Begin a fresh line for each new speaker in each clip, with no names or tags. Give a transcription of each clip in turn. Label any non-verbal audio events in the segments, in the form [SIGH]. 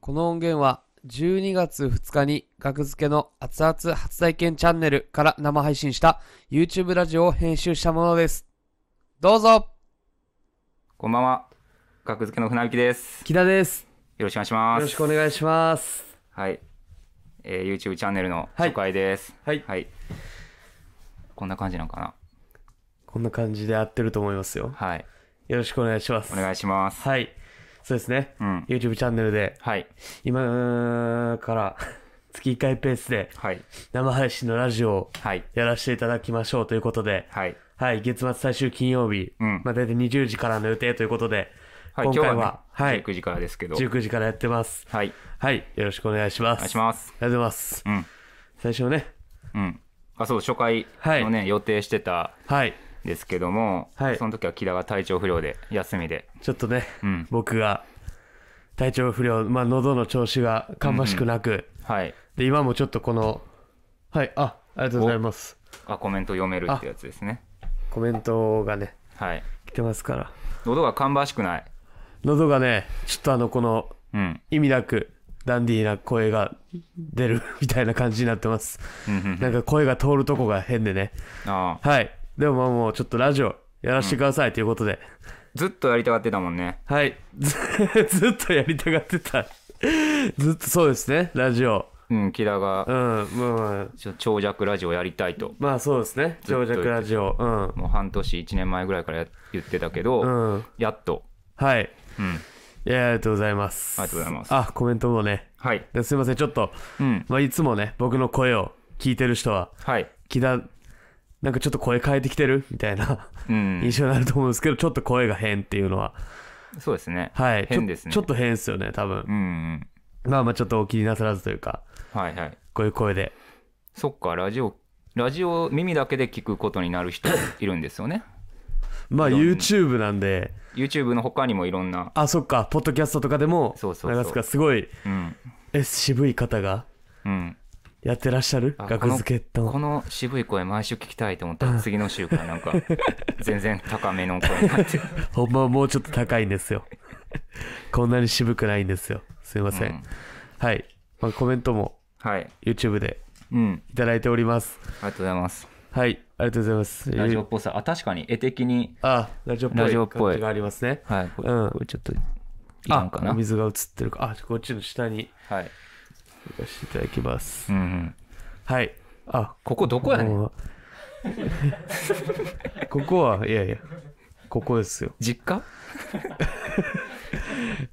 この音源は12月2日に学付けの熱々初体験チャンネルから生配信した YouTube ラジオを編集したものです。どうぞ
こんばんは。学付けの船引きです。
木田です。
よろしくお願いします。
よろしくお願いします。
はい。えー、YouTube チャンネルの
はい
初回です。
はい
こんな感じなのかな。
こんな感じで合ってると思いますよ。
はい。
よろしくお願いします。
お願いします。
はい。そうですね。
うん。
YouTube チャンネルで
はい。
今から [LAUGHS] 月1回ペースで
はい。
生配信のラジオを
はい。
やらせていただきましょうということで、
はい。
はい、月末最終金曜日、
うん
まあ大体20時からの予定ということで、今
はい。今日
回
は、ね
は、はい、
19時からですけど。
19時からやってます。
はい。
はい、よろしくお願いします。
お願いします。
ありがとうございます。
うん。
最初ね、
うん。あ、そう、初回
はい
のね、予定してた
はい、
んですけども、
はい
その時は木田が体調不良で、休みで。
ちょっとね、
うん。
僕が体調不良、まあ喉の調子が芳しくなく、
はい。
で、今もちょっとこの、はい、あ、ありがとうございます。
あ、コメント読めるってやつですね。
コメントがね、
はい。
来てますから。
喉が芳しくない。
喉がね、ちょっとあの、この、
うん。
意味なく、ダンディーな声が出るみたいな感じになってます。
うんうんうん
なんか声が通るとこが変でね。
ああ
はい。でもまあもうちょっとラジオやらせてくださいということで。
ずっとやりたがってたもんね
はい。 [LAUGHS] ずずっとやりたがってた。 [LAUGHS] ずっとそうですね、ラジオ。
うんキラが
うん、まあまあ、
ちょ長尺ラジオやりたいと
まあそうですね、
ずっと
長尺ラジオ。
もう半年1年前ぐらいからや言ってたけど、
うん。うん。
やっと
はい。
うん
いや、ありがとうございます。
ありがとうございます
あ、コメントもね。
はい
ですいません、ちょっと、
うん
まあいつもね、僕の声を聞いてる人は、
はい
木田、なんかちょっと声変えてきてるみたいな
うん
印象になると思うんですけど、ちょっと声が変っていうのは、
そうですね
はい。ちょ
変ですね
ちょっと変ですよね、多分
う。んうん
まあまあちょっとお気になさらずというか、
はいはい
こういう声で。
そっかラジオラジオ耳だけで聞くことにな
[COUGHS]
る人いるんですよね
まあ
いろんな
YouTube なんで、
YouTube の他にもいろんな
あ、そっか、ポッドキャストとかでも
そうそうそう
流すから、すごい、
うん
え、渋い方が
うん
やってらっしゃる
あ
学付け
こ
の。
の渋い声毎週聞きたいと思ったら次の週から
[LAUGHS]
なんか全然高めの声になってる
ほんまはもうちょっと高いんですよ。 [LAUGHS] こんなに渋くないんですよ。すいません。
うん
はい。まあ、コメントも
はい、
YouTube で
うん、
いただいております。
ありがとうございます
はい。ありがとうございます。
ラジオっぽさ、あ、確かに絵的に、
あ、ラジオっぽ
ラジ
い
オっぽい
感じがありますね。
はい、これ,、
うん
ちょっと、いら
あ
んかな。
水が映ってるか。あ、こっちの下に
はい。
行かせていただきます
う。んうん。
はい。あ、
ここどこやねん [LAUGHS]
もうここは、いやいや、ここですよ。
実家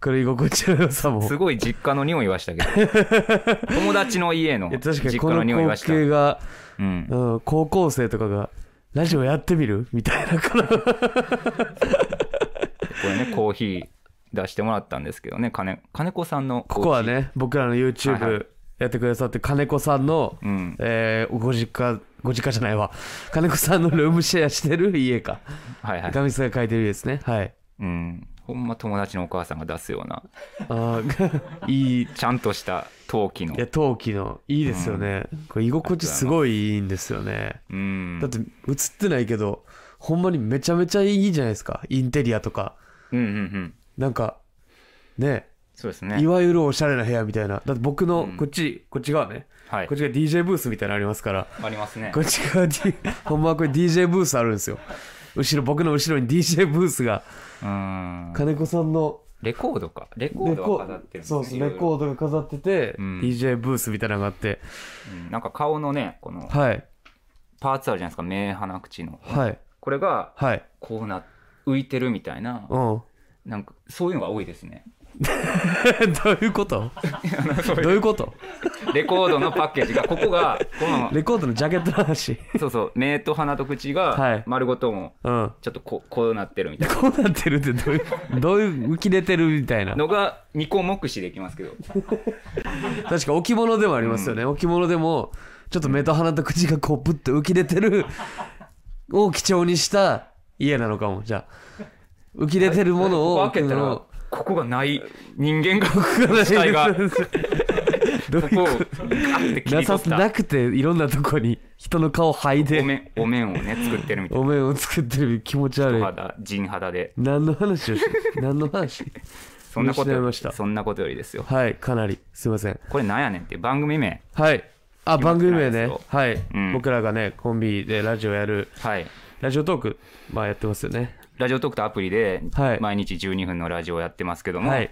これ居心地の良さも。
すごい実家の匂いはしたけど。
[LAUGHS]
友達の家の
いや
実
確かに
家
こ
の匂い
の
は
光景
した。
が、
うん。
うん、高校生とかが、ラジオやってみるみたいなから。
これね、コーヒー出してもらったんですけどね、金金子さんの
ここは
お家。
ね、僕らの
はいは
YouTube やってくださって、金子さんの、
うん。
えーご実家、ご実家じゃないわ。金子さんのルームシェアしてる家か。
はいはい。
ガミスが書いてる家ですね。はい。
うん。ほんま友達のお母さんが出すような、
あー [LAUGHS] いい、い
ちゃんとした陶器の。
や、陶器の、いいですよね。これ居心地すごいいいんですよね。
うん。
だって映ってないけど、ほんまにめちゃめちゃいいじゃないですか。インテリアとか。
うんうんうん。
なんか、ね、
そうです
い
ね。
わゆるおしゃれな部屋みたいな。だって僕の
うん
こっち、こっち側ね。
はい
こっ。ちが DJ ブースみたいなのありますから。
ありますね
こ。っち側に、 [LAUGHS] ほんまはこれ DJ ブースあるんですよ。後ろ、僕の後ろに DJ ブースが、
うん。
金子さんの
レコードか。レコー
レ
ド
コ
は飾ってるんです
そ
ね
うそう
いろい
レ
ろ
コードが飾ってて、
うん
DJ ブースみたいなのがあって、
うんなんか顔のね、この
はい、
パーツあるじゃないですか、目、鼻、口の。
はい、
これが、
はい、
こうな、浮いてるみたいな、
うん。 [LAUGHS]
なんか、そういうのが多いですね。
どういう
[LAUGHS]
ことどういうこと
レコードのパッケージが、ここが、この、
レコードのジャケットの話。
そうそう、目と鼻と口
は
が
い、
丸ごとも、
うん。
ちょっとこうこうなってるみたい
こうなってるってどういう、どういう、浮き出てるみたいな
な。のが、二個目視できますけど、
確か置物でもありますよね、置物でもちょっと目と鼻と口がこうプッと浮き出て
[LAUGHS]
るを基調にした家なのかもじゃあ浮き出てるものを
[LAUGHS] ここ開けたら、ここがない人間が、
うん
死体
[LAUGHS]
が、
どう
ここを、
いう
ガッて切
な
り
さ
取っ
す
た
な、くていろんなとこに人の顔剥い
お
で
面、お面をね、作ってるみたい
お面を作ってる気持ち
な。
悪
人
い
肌、人肌で。
何の話をし何の話
[LAUGHS] そんなことより
見失いました
そんなことよりですよ
はいかなりすいません
これなんやねんって番組名
はいあ番組名ね
今知らないですよ
はい、
うん
僕らがねコンビでラジオやる
はい
ラジオトークまあやってますよね
ラジオトークとアプリで
はい
毎日12分のラジオをやってますけども、
はい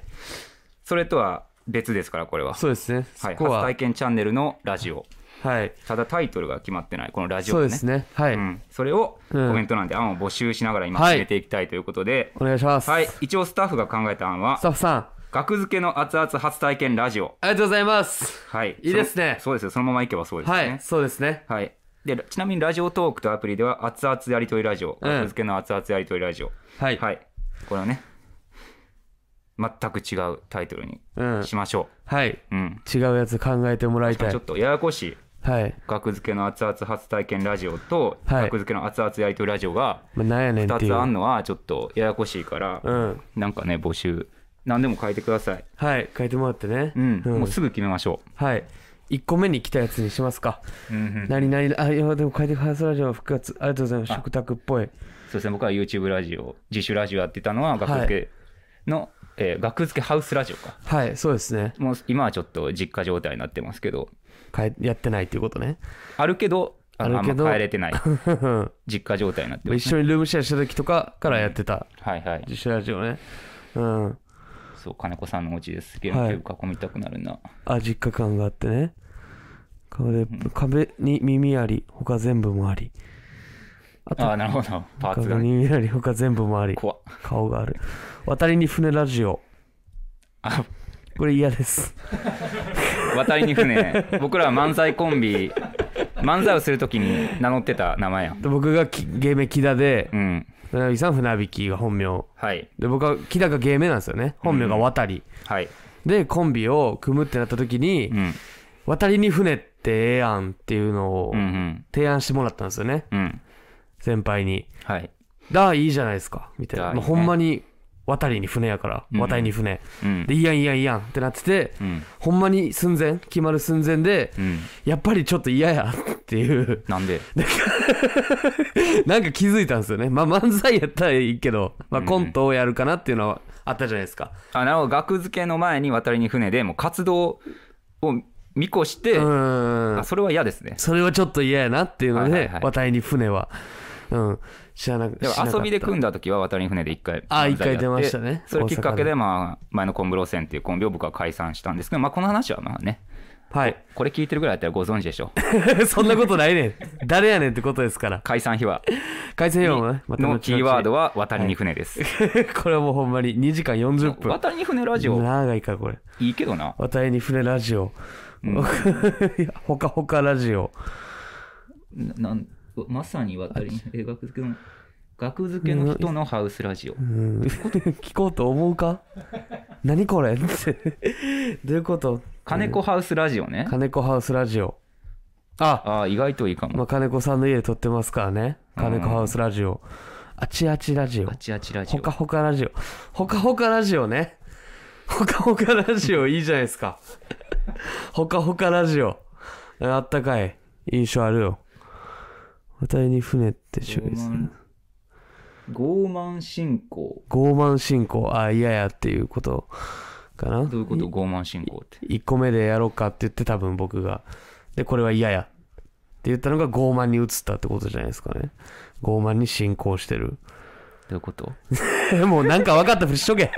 それとは別ですからこれは、はい、
そうですねそ
初
こは
体験チャンネルのラジオ
はい
ただタイトルが決まってないこのラジオ
そう
ね
ですねはい、
うん、それをコ
うん
メントなんで案を募集しながら今
はい
決めていきたいということで、
お願いします、
はい一応スタッフが考えた案は
スタッフさん
「額付けの熱々初体験ラジオ
ありがとうございます」
はい
いいですね
そのそうですよそのままいけばそうです
はい
ね
そうですね
はい、でちなみにラジオトークとアプリでは熱々やりとりラジオ
うん
額付けの熱々やりとりラジオ、
はい、
はいこれはね全く違うタイトルに
うん
しましょ
はい、
ううん、
違うやつ考えてもらい
ち
た
ょ
い
っとややこしい
はい、
額付けの熱々初体験ラジオと
はい
額付けの熱々やりとりラジオが
まあ、なんやねんっ
2
てい
つ
う
あんのはちょっとややこしいから、
うん
なんかね募集何でも書いてください、
はい書いてもらってね
うんもうすぐ決めましょ
はい1個目に来たやつにしますか
う、
何何あいやでも書いてファーストラジオ復活ありがとうございます食卓っぽい
そうですね僕は YouTube ラジオ自主ラジオやってたのは額付けの、えー額付けハウスラジオか
はいそうですね
もう今はちょっと実家状態になってますけど
かえやってないっていうことね
あるけどあの
あ
あ
るけ
ん
ど
ま帰れ
[LAUGHS]
てない
ま
実家状態になって
あ
ま
一
す、
緒にルームシェアした時とかからやってた
はいはい
自主ラジオねうん
そう金子さんのお家ですげえ
はい
ゲーム囲みたくなるな、
あ実家感があってね壁壁に耳あり他全部もありあ
あ
と
あなるほどパーツ
壁
が
に
ね
耳あり他全部もあり
怖っ
顔がある渡りに船ラジオ
あ
これ嫌です
渡りに船僕らは漫才コンビ漫才をするときに名乗ってた名前やん
で僕がき芸名木田で
うん
船引さん船引きが本名
はい
で僕は木田が芸名なんですよね本名が渡り、
はい
でコンビを組むってなった時に、
うん
渡りに船ってええやんっていうのを
うんうん
提案してもらったんですよね
うん
先輩に
はい
「だいいじゃないですか」みたいな
だ
もう
いい
ほ
ね
んまに渡りに船やから、
うん
渡りに船
うん
でいいやんいいやんいいやんってなってて、
うん
ほんまに寸前決まる寸前で、
うん
やっぱりちょっと嫌やっていう [LAUGHS]
なんで
なんか気づいたんですよね。まあ漫才やったらいいけど、まあ
うん
コントをやるかなっていうのはあったじゃないですか。
あなるほど額付けの前に渡りに船でもう活動を見越し
う
て、
ー
あ
ん。
それは嫌ですね
それはちょっと嫌やなっていうの
はい
で
はいはい、
渡りに船は。うん。知らなく
でも遊びで組ん
だ。
だ時は渡りに船で一回
あー
漫才やって
一回出ましたね
それきっかけ
大阪で
で、まあ、前のコンブローセンっていうコンビを僕は解散したんですけど、まあ、この話はまあね
はい。 [LAUGHS]
これ聞いてるぐらいだったらご存知でしょう
そんなことないねん。誰やねんってことですから。
解散秘話
改正用もね、また後々
のキーワード。は渡りに船です、
[LAUGHS] これはもうほんまに2時間40分。
渡りに船ラジオ
長いからこれ。
いいけどな
渡りに船ラジオ。いや [LAUGHS] ほかほかラジオ。
なんまさに渡りにえ学付けの学付けの人のハウスラジオ
うん、 [LAUGHS] 聞こうと思うか何これって [LAUGHS] どういうこと
金子ハウスラジオね
金子ハウスラジオあ、
ああ意外といいか
ま
も
あ、金子さんの家で撮ってますからね金子ハウスラジオあちあちラジオ
あちあちラジ
ほ
オ
かほかラジオほかほかラジオねほかほかラジオいいじゃないです
[LAUGHS]
かほかほかラジオあったかい印象あるよ渡りに船って趣味ですね
傲慢信仰
傲慢信仰あ嫌やっていうことかな
どういうこと傲慢信仰って
1個目でやろうかって言って多分僕がでこれは嫌やって言ったのが傲慢に移ったってことじゃないですかね傲慢に進行してる
どういうこと
[LAUGHS] もうなんか分かったふりしとけ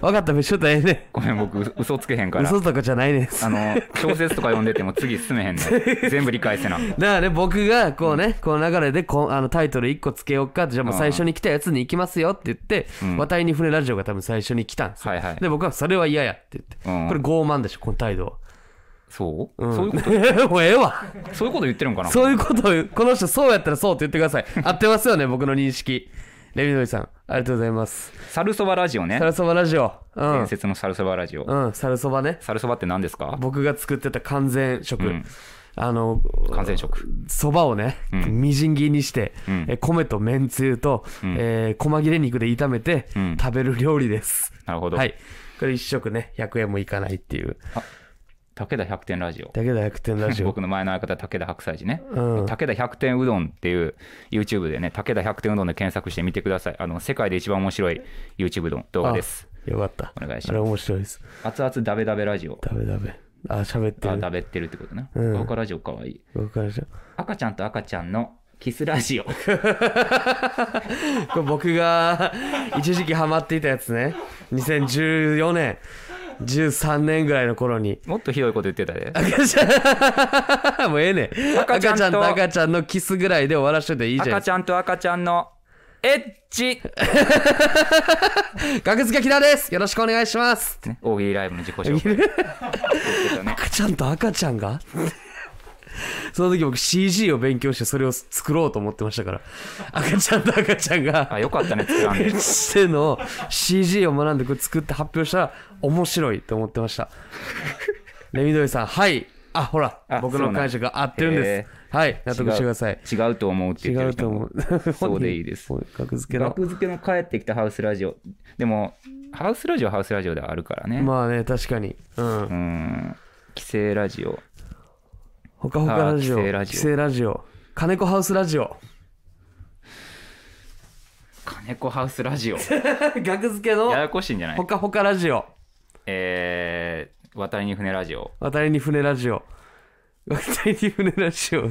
分かったふりしとったらええね
ごめん僕う嘘つけへんか
ん
ら
嘘とかじゃないねん
あの小説とか読んでても次進めへんねん全部理解せな
だからね僕がこうね、この流れでこんあのタイトル1個つけようかじゃあもう最初に来たやつに行きますよって言って「
うん
渡りに船ラジオ」が多分最初に来たんですよ
はいはい
で僕は「それは嫌や」って言って、
うん
これ傲慢でしょこの態度
そう、
は、ん
そういうこ
[LAUGHS] もうええわ
とそういうこと言ってるんかな
そういうことを、この人そうやったらそうって言ってください。合ってますよね、僕の認識。レミドリさん、ありがとうございます。
サルソバラジオね
サルそばラジオ。う
伝
ん。
説のサルソバラジオ、
うん、サルそばね。
サルソバって何ですか
僕が作ってた完全食。
うん
あの、
完全食
そばをね、
うん
みじん切りにして、
うん
え米とめんつゆと、
うん
えー細切れ肉で炒めて、
うん
食べる料理です。
なるほど、
はい。これ一食ね、100円もいかないっていう。
武田百点ラジオ
だけだ、100点ラ
[LAUGHS]
ジオ。
僕の前の相方武田白菜寺ね、
うん
武田百点うどんっていう YouTube でね武田百点うどんで検索してみてくださいあの世界で一番面白い YouTube 動画です
よかった
お願いします
あれ面白いです
熱々ダベダベラジオ
ダメダメあ喋って
あ
る
ダベってるってことな
うん
豪華ラジオかわいい
僕からじゃ
赤ちゃんと赤ちゃんのキスラジオ
これ僕が [LAUGHS] 一時期ハマっていたやつね2014年13年ぐらいの頃に
もっとひどいこと言ってたで
[LAUGHS] もうええねん
赤
赤
ち
ち
ゃ
ゃ
ん
ん
と
と赤ちゃんのキスぐらいで終わらしといていいじゃない
赤
です
ちゃんと赤ちゃんのエッチ、
か学塚きらですよろしくお願いします
ね、大喜利ライブの自己紹介言って
[LAUGHS]
たね
赤ちゃんと赤ちゃんが [LAUGHS] その時僕 CG を勉強してそれを作ろうと思ってましたから赤ちゃんと赤ちゃんが
あよかったね作ら
[LAUGHS]
んで
しての CG を学んでこれ作って発表したら面白いと思ってま
[LAUGHS]
したレミドリさんはいあほら
あ
僕
そうな
の
ん
解釈が合ってるん
へ
ですはい納得してください
違うと思うって
違
言ってる
うと
人
思
も
う
[LAUGHS] そうでいいです
もう格付けの
学付けの帰ってきたハウスラジオでもハウスラジオはハウスラジオではあるからね、
まあね確かにうん
うーん帰省ラジオ
ほかほかラジオ
あー帰省ラジ
帰
オ
省ラジオ金子ハウスラジ
[LAUGHS]
オ
金子ハウスラジオ
格付けの
ややこしいんじゃない
ほかほかラジオ
えー、渡りに船ラジオ
渡りに船ラジオ渡りに船ラジオ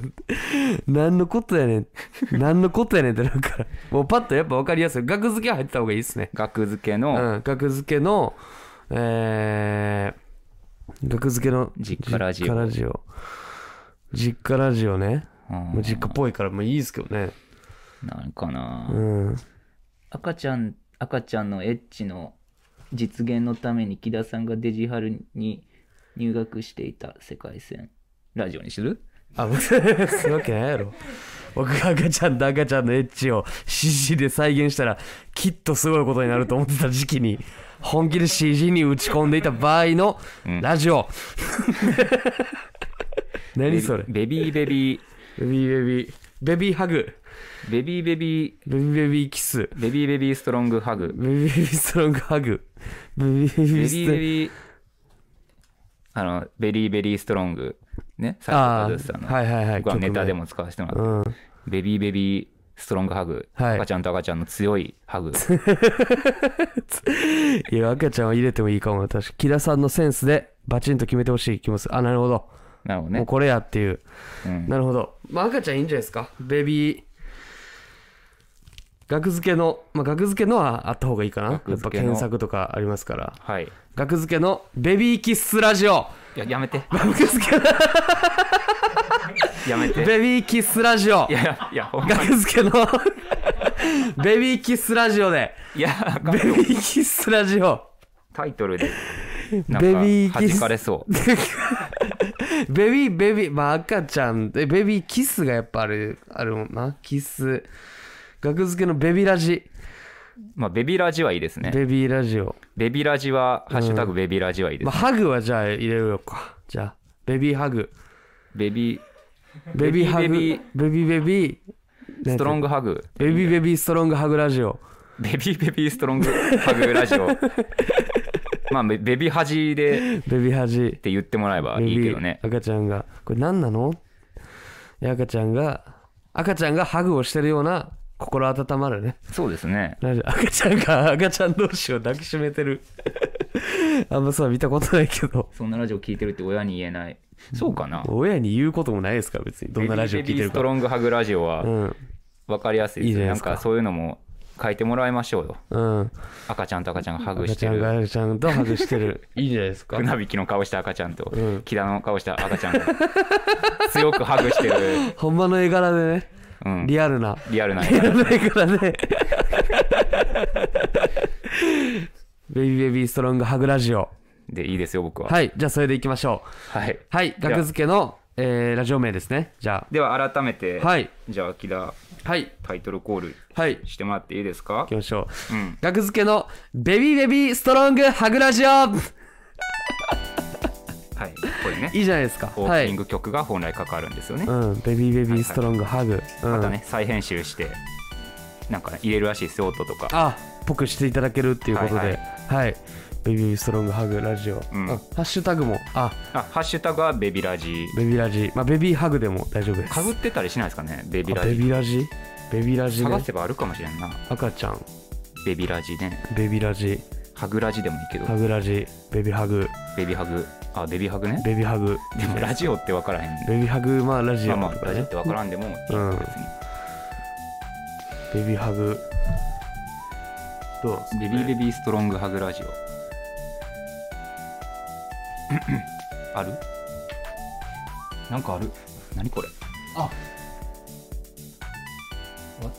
何のことやねん何のことやねんってなるからもうパッとやっぱ分かりやすい額付けは入ってた方がいいですね
学付け
う
の
ん額付けのえー、額付けの
実家ラジオ
実家ラジオ実家ラジオね
うん
もう実家っぽいからもういいですけどね
なんかな、
うん
赤ちゃん赤ちゃんのエッチの実現のために木田さんがデジハルに入学していた世界線ラジオにする
あ僕 [LAUGHS] するわけないやろ僕が赤ちゃんと赤ちゃんのエッチを CG で再現したらきっとすごいことになると思ってた時期に本気で CG に打ち込んでいた場合の
うん
ラ [LAUGHS] ジオ、何それ
ベビーベビー
ベビーベビーベビーハグ
ベビーベビー
ベビーベビーキス
ベビーベビーストロングハグ
ベビーベビーストロングハグベビーベ
ベ
ビ
リ
ー
ー
ス
ベ
トロング
リーあのベリーベリーストロングねさ
あ
っ
あ
きさんの、
ーはいはいはい
僕はネタで
も
も使わせてもら
う
った、
ん
ベビーベビーストロングハグ、
はい
赤ちゃんと赤ちゃんの強いハグ
いや赤ちゃんは入れてもいいかもな確か木田さんのセンスでバチンと決めてほしい気もするあ [LAUGHS] なるほど
なるほど
もう
ね、
これやっていう、
うん
なるほど、まあ、赤ちゃんいいんじゃないですかベビー額付けの、まあ、額付けのはあった方がいいかなやっ
額
ぱ
付けの
検索とかありますから
はいい
額付けのベビーキッスラジオ
やや
[LAUGHS]
めて
額付けの [LAUGHS]
やめて
ベビーキッスラジオ
いやいやいやほんまに
額付けの [LAUGHS] ベビーキッスラジオで
いやあか
ベ
ん
ビーキッスラジオ
タイトルでなん
ベビー
か
キス
弾かれそう
ベビーベビーまあ赤ちゃんでベビーキスがやっぱあるあるもんなキス額付けのベビラジ
まあベビーラジはいいですね
ベビーラジオ
ベビーラジはハッシュタグベビーラジはいいです、
まあ、ハグはじゃあ入れようか。じゃあ、ベビーハグ。
ベビー
ベビーハグ。
ベ
ベ
ビ
ビ
ー
ーベビーベビー。
ストロン
グ。
グハグ
ベビーベビーストロングハグラジオ。
ベビーベビーストロングハグラジ
[LAUGHS]
オまあベベビーハジでっ
ベビーハジ。
て言ってもらえば
ベ
いいけ
ビ
ど
ー
ね
赤ちゃんが。これ何なのいや赤ちゃんが、赤ちゃんがハグをしてるような心温まるね。
そうですね
ラジオ赤ちゃんが赤ちゃん同士を抱きしめてる。 [LAUGHS] あんまそう見たことないけど。
そんなラジオ聞いてるって親に言えないそうかな
親に言うこともないですから別にどんなラジオ聞いて
ベビーベ
る
ビースト
か。
ロングハグラジオは
うん。
分かりやすいです
いいじゃな
ないん
ですか
かそういうのも書いてもらいましょうよ
うん。
赤ちゃんと赤ちゃんがハグ
赤
して
ちゃんが
る
赤ちゃんとハグしてる。
[LAUGHS]
いいじゃないですか。
船引きの顔した赤ちゃんと、
うん
木田の顔した赤ちゃんが [LAUGHS] 強くハグしてる、
ほんまの絵柄でね、
うん、リ
リアルな。
アルな
リアルな絵柄で。ベイビーベビーストロングハグラジオ。
でいいですよ僕は
はい、じゃあそれでいきましょう。
はい、
はい、
じゃあ
学付けの、えーラジオ名ですね。じゃ
では改めて、
あ。はい、
じゃあ木田
はい、
タイトルコール
はい、行
してもらっていいですか
きましょう。
うん
学付けのベビーベビーストロングハグラジオ
はいこれね
いいじゃないですか。
オ
は
ープニン
い。
グ曲が本来かかるんですよね、
うん、ベビーベビーストロングハグ。うん
またね再編集してなんか入れるらしいですよ音とか
あぽくしていただけるっていうことで、
は
はいい、ベビーストロングハグラジオ、
うん
あハッシュタグも、あ
あハッシュタグはベビラジ
ベビラジ、まあ、ベビーハグでも大丈夫です。
かぶってたりしないですかねベビ
あ
ラ
ベ
ジ
ビラジベビラジ
探
ね
せばあるかもしれんな
赤ちゃん、
ベビラジね
ベビラジ、
ハグラジでもいいけど
ハグラジベビハグ
ベビハグあベビハグね
ベビハグ
でもラジオって分からへん
ベビハグまあラジ
まあ
オ
ま
と
あ
か
ラジオっ
ね
て分からんでもいい別
うんベビハグどうなんすか
に
ね
ベビーベビーストロングハグ
[CLEARS THROAT]
ラジオあるなんかある何これ
あ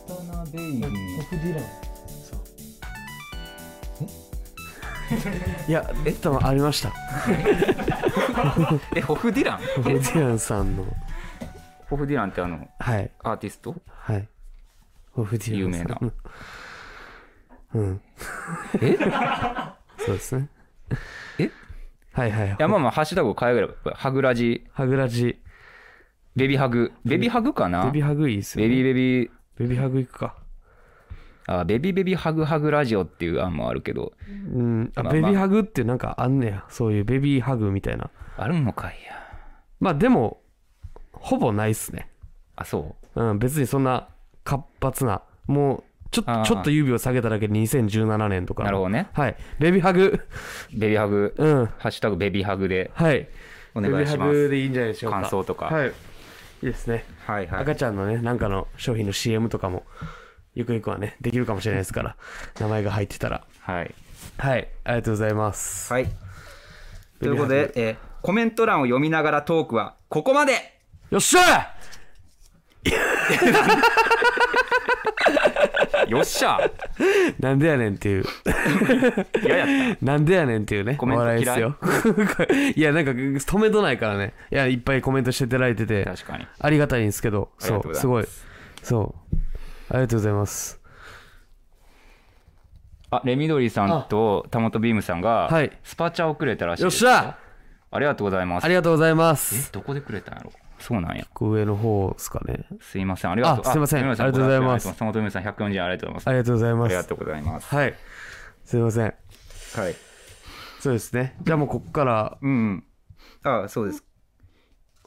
渡辺に
フディラン [LAUGHS]
いやえ多分ありました
えホフディラン
ホディランさんの
ホフディランってあの
はい
アーティスト
はいホフディランさん
有
うんうん
え
そうですね
えい
はいはい
やまあまあハッシュタグを変えればハグラジ
ハグラジ
ベビハグベビハグかな
ベ
ベ
ビハグいいっすよ、ね、
ビベビ
ベビハグいくか
あベビベビハグハグラジオっていう案もあるけど
うんあ
まあ
ベビハグってなんかあんねやそういうベビーハグみたいな
あるのかいや
まあでもほぼないっすね
あそう
うん別にそんな活発なもうちょ
あ
っと
ー
ちょっと指を下げただけで2017年とか
なるほどね
はいベビハグ
ベビハグ
うん
ハッシュタグベビハグで
はい
お願いし
ベビハ
ま
グ
す
でいいんじゃないでしょうか
感想とか
はいいいですね、
はいはい
赤ちゃんのねなんかの商品の CM とかもゆくゆくはねできるかもしれないですから名前が入ってたら
はい
はいありがとうございます
はいと
ベ
いう
ビハ
こと
グ
で、えーコメント欄を読みながらトークはここまで
よっしゃ
よっしゃ
なんでやねんっていう [LAUGHS]
嫌ややっ
なんでやねんっていうね、
コメント嫌い
お笑いですよ。 [LAUGHS] いや、なんか止めとないからね。いや、いっぱいコメントしていただいてて
た、確かに
ありがたいんですけど、
あり
そ
がとうご
う、
ざ
す
い
ご
ま
い。そう。ありがとうございます。
あレミドリーさんとタモトビームさんが、
はい
スパチャをくれたらしい
よ
で
っ
す
しゃ
ありがとうございます
ありがとうございま
え
す。
どこでくれたんやろそうなんや
上の方ですかね。
すいませんありがとう
あすいません
レミド
あ
リ
りがとうございます
ーさんタモトビームさん140円ありがとうござ
あ
い
り
ます
がとうござい
あ
ま
りが
す。
とうございます
はい。すいません。
はい
そうですね。じゃあもうこっから、
うん。ああそうです。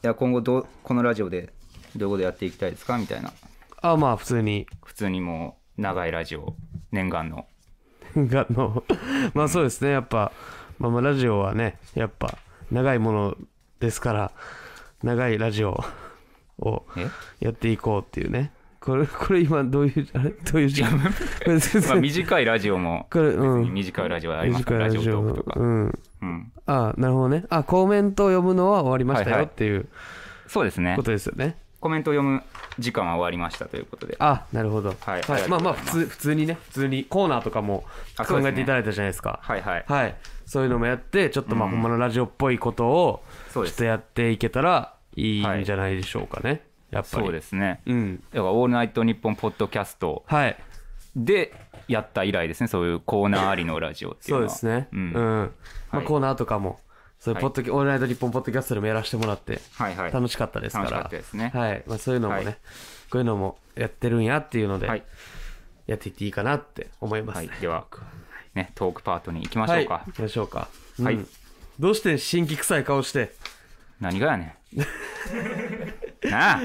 いや、今後どう、このラジオでどういうことやっていきたいですかみたいな。
あ、まあ普通に、
普通にもう、長いラジオ、念願の。
がの、 [LAUGHS] まあそうですね。やっぱ、まあまあラジオはね、やっぱ長いものですから、長いラジオを、
え
やっていこうっていうねこれこれ今どういうあれどういう時 [LAUGHS] 間これ全
まあ、
然
短いラジオも、
これうん
短いラジオはありますか
短い
ら、
ラ
ラジ
ジ
オト
オ
ークとか。
うん
うん。
あなるほどねあコメントを読むのは終わりました
はい
よ
はい
っていう
そうですね
こ。とですよね
コメントを読む時間は終わりましたということで。
あなるほど
はいあり
まあ
がとうございます
まあ普通普通にね普通にコーナーとかも
あそう
考
ですね
えていただいたじゃないですか
はいはい。
はいそういうのもやってちょっとまあほんまのラジオっぽいことをち
そ
ょ
うで
っ
す
とやっていけたらいい
は
ん
い
じゃないでしょうかねやっぱり
そうですね。
うん
だから、オールナイトニッポンポッドキャスト
はい
でやった以来ですね、そういうコーナーありのラジオってい
そ
う
う
の
で
は。
すね。
う
うんん。まあ、
はい
コーナーとかも、そういうポッドキ、オールナイト日本ポッドキャストでもやらせてもらって、
はいはい。
楽しかったですから。
楽しかったですね
はい。まあ、そういうのもね、
はい
こういうのもやってるんやっていうので、
はい。
やっていっていいかなって思います、
はい
ね。。
では、ね、トークパートに行きましょうか
行。きましょうか。
はい
うんどうして新規臭い顔して、
何がやねん。なあ。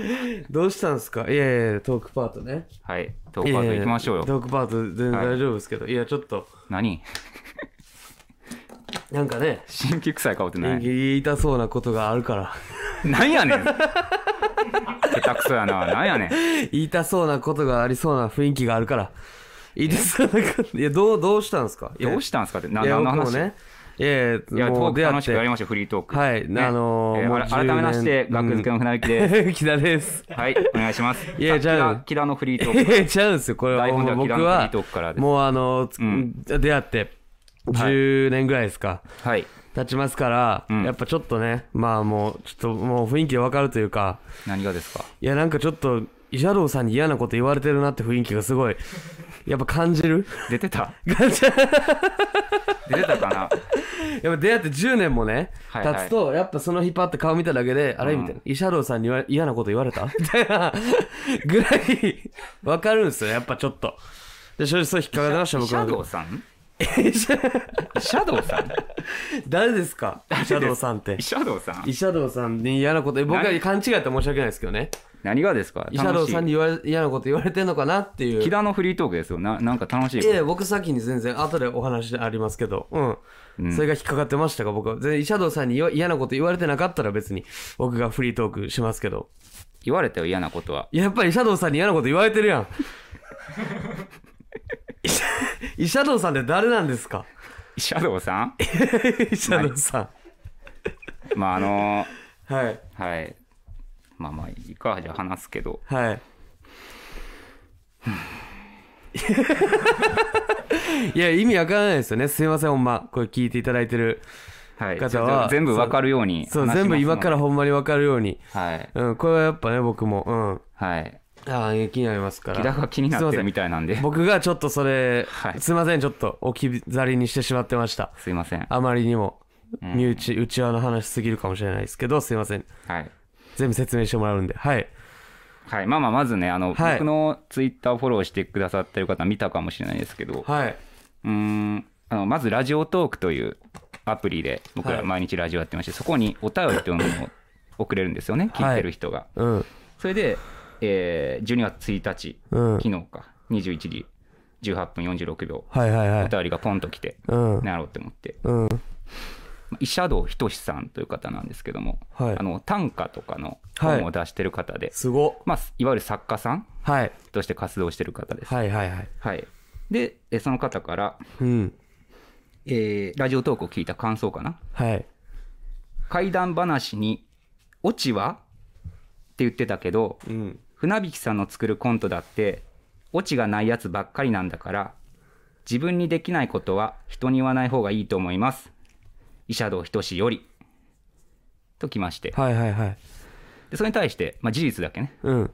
どうしたんですかいやいやいやトークパートね。
はい。トークパート行きましょう
いや
よ。
いやトークパート全然大丈夫ですけど、い、や、ちょっと、
何
なんかね、
新規臭い顔って
演
何
技痛そうなことがある
[LAUGHS]
から、
何やねん。下手くそやな。何やねん。
言いたそうなことがありそうな雰囲気があるから言いたそうなこといやどうどうしたんですかいや
どうしたんすかって。ない
や
何の
僕も
話、
ねいやい
い
や
や、
も
ト
う
ーク
出会
楽
っ
しくやり
て
ましょう、フリートーク。
はいあのー
えー
もう
あら改めまして、
10年
学付けの船
[LAUGHS]
木です。
木田です
はい、お願いします。
いや
さ
じゃあ
キラキラのフリート
い
ーク。
や違うんですよこれは
台本では
僕
キラのフリ
は
ートークからです
もうあのつ
ん
出会って10年ぐらいですか
はい。
経ちますから
ん
やっぱちょっとねまあもうちょっともう雰囲気でわかるというか
何がですか
いやなんかちょっとイジャロウさんに嫌なこと言われてるなって雰囲気がすごい [LAUGHS] やっぱ感じる
出
[LAUGHS]
てた
感じる
出てたかな
やっぱ出会って10年もね、
はいはい
経つと、やっぱその日パって顔見ただけで、あれみたいな、イシャロウさんに言わ嫌なこと言われた [LAUGHS] みたいなぐらい、わかるんですよ、やっぱちょっと。で、正直そう引っかかりました、僕
シャドウ
は。
さん
イシャ
シャドウさん
[LAUGHS] 誰ですかイシャロウさんって。
シャドウさん
イシャドウさんに嫌なこと、僕は
何
勘違いやったら申し訳ないですけどね。
何がですか
イシャロ
楽
ー
し
さんに
い
言われ嫌なこと言われてんのかなっていう
木田のフリートークですよななんか楽しい
いやいや僕先に全然後でお話ありますけど、うん
うん
それが引っかかってましたが僕は全然イシャドウさんに言わ嫌なこと言われてなかったら別に僕がフリートークしますけど
言われたよ嫌なことは
やっぱりイシャドウさんに嫌なこと言われてるやん [LAUGHS] イシャドウさんって誰なんです
[LAUGHS]
か
シャド
[LAUGHS]
ウさん
イシャドウさ
まああ
ん
の
はい
はいまあまあいいかじゃあ話すけど
はい [LAUGHS] いや意味わからないですよねすいませんほんまこれ聞いていただいてる
はい
方は
ちょっと全部わかるように
そう
話します
全部今からほんまにわかるように
はい
うん、これはやっぱね、僕も、うん。
はい
ああ、気になりますから。
木田が気になってるみ
い
たいなんで
ません僕がちょっとそれ、
はい
すいません、ちょっと置き去りにしてしまってました。
すいません
あまりにも、
うん
身内、内輪の話すぎるかもしれないですけど、すいません。
はい
全部説明してもらうんで。はい。
はいまあまあまずねあの、
はい
僕のツイッターフォローしてくださってる方見たかもしれないですけど、
はい。
うーんあのまずラジオトークというアプリで僕
は
ら
い
毎日ラジオやってまして、そこにお便りというのを送れるんですよね
はい
聞いてる人が、
うん。
それで、えー12月1日
うん。
昨日か21時18分46秒
はいはいは
お
い。
便りがポンと来て、
うん。
なろうって思って
うん。
医者道ひとしさんという方なんですけども、
はい
あの短歌とかの
はい
本を出してる方で、い
すご。
まあ、いわゆる作家さん
はい。
として活動してる方です、
はいはいはい。
はい、でえその方から、
うん。
えーラジオトークを聞いた感想かな
はい。
怪談話に「オチは?」って言ってたけど
うん。
船引さんの作るコントだってオチがないやつばっかりなんだから自分にできないことは人に言わない方がいいと思います医者道等よりときまして
はいはいはい。
でそれに対して、まあ、事実だけね
うん。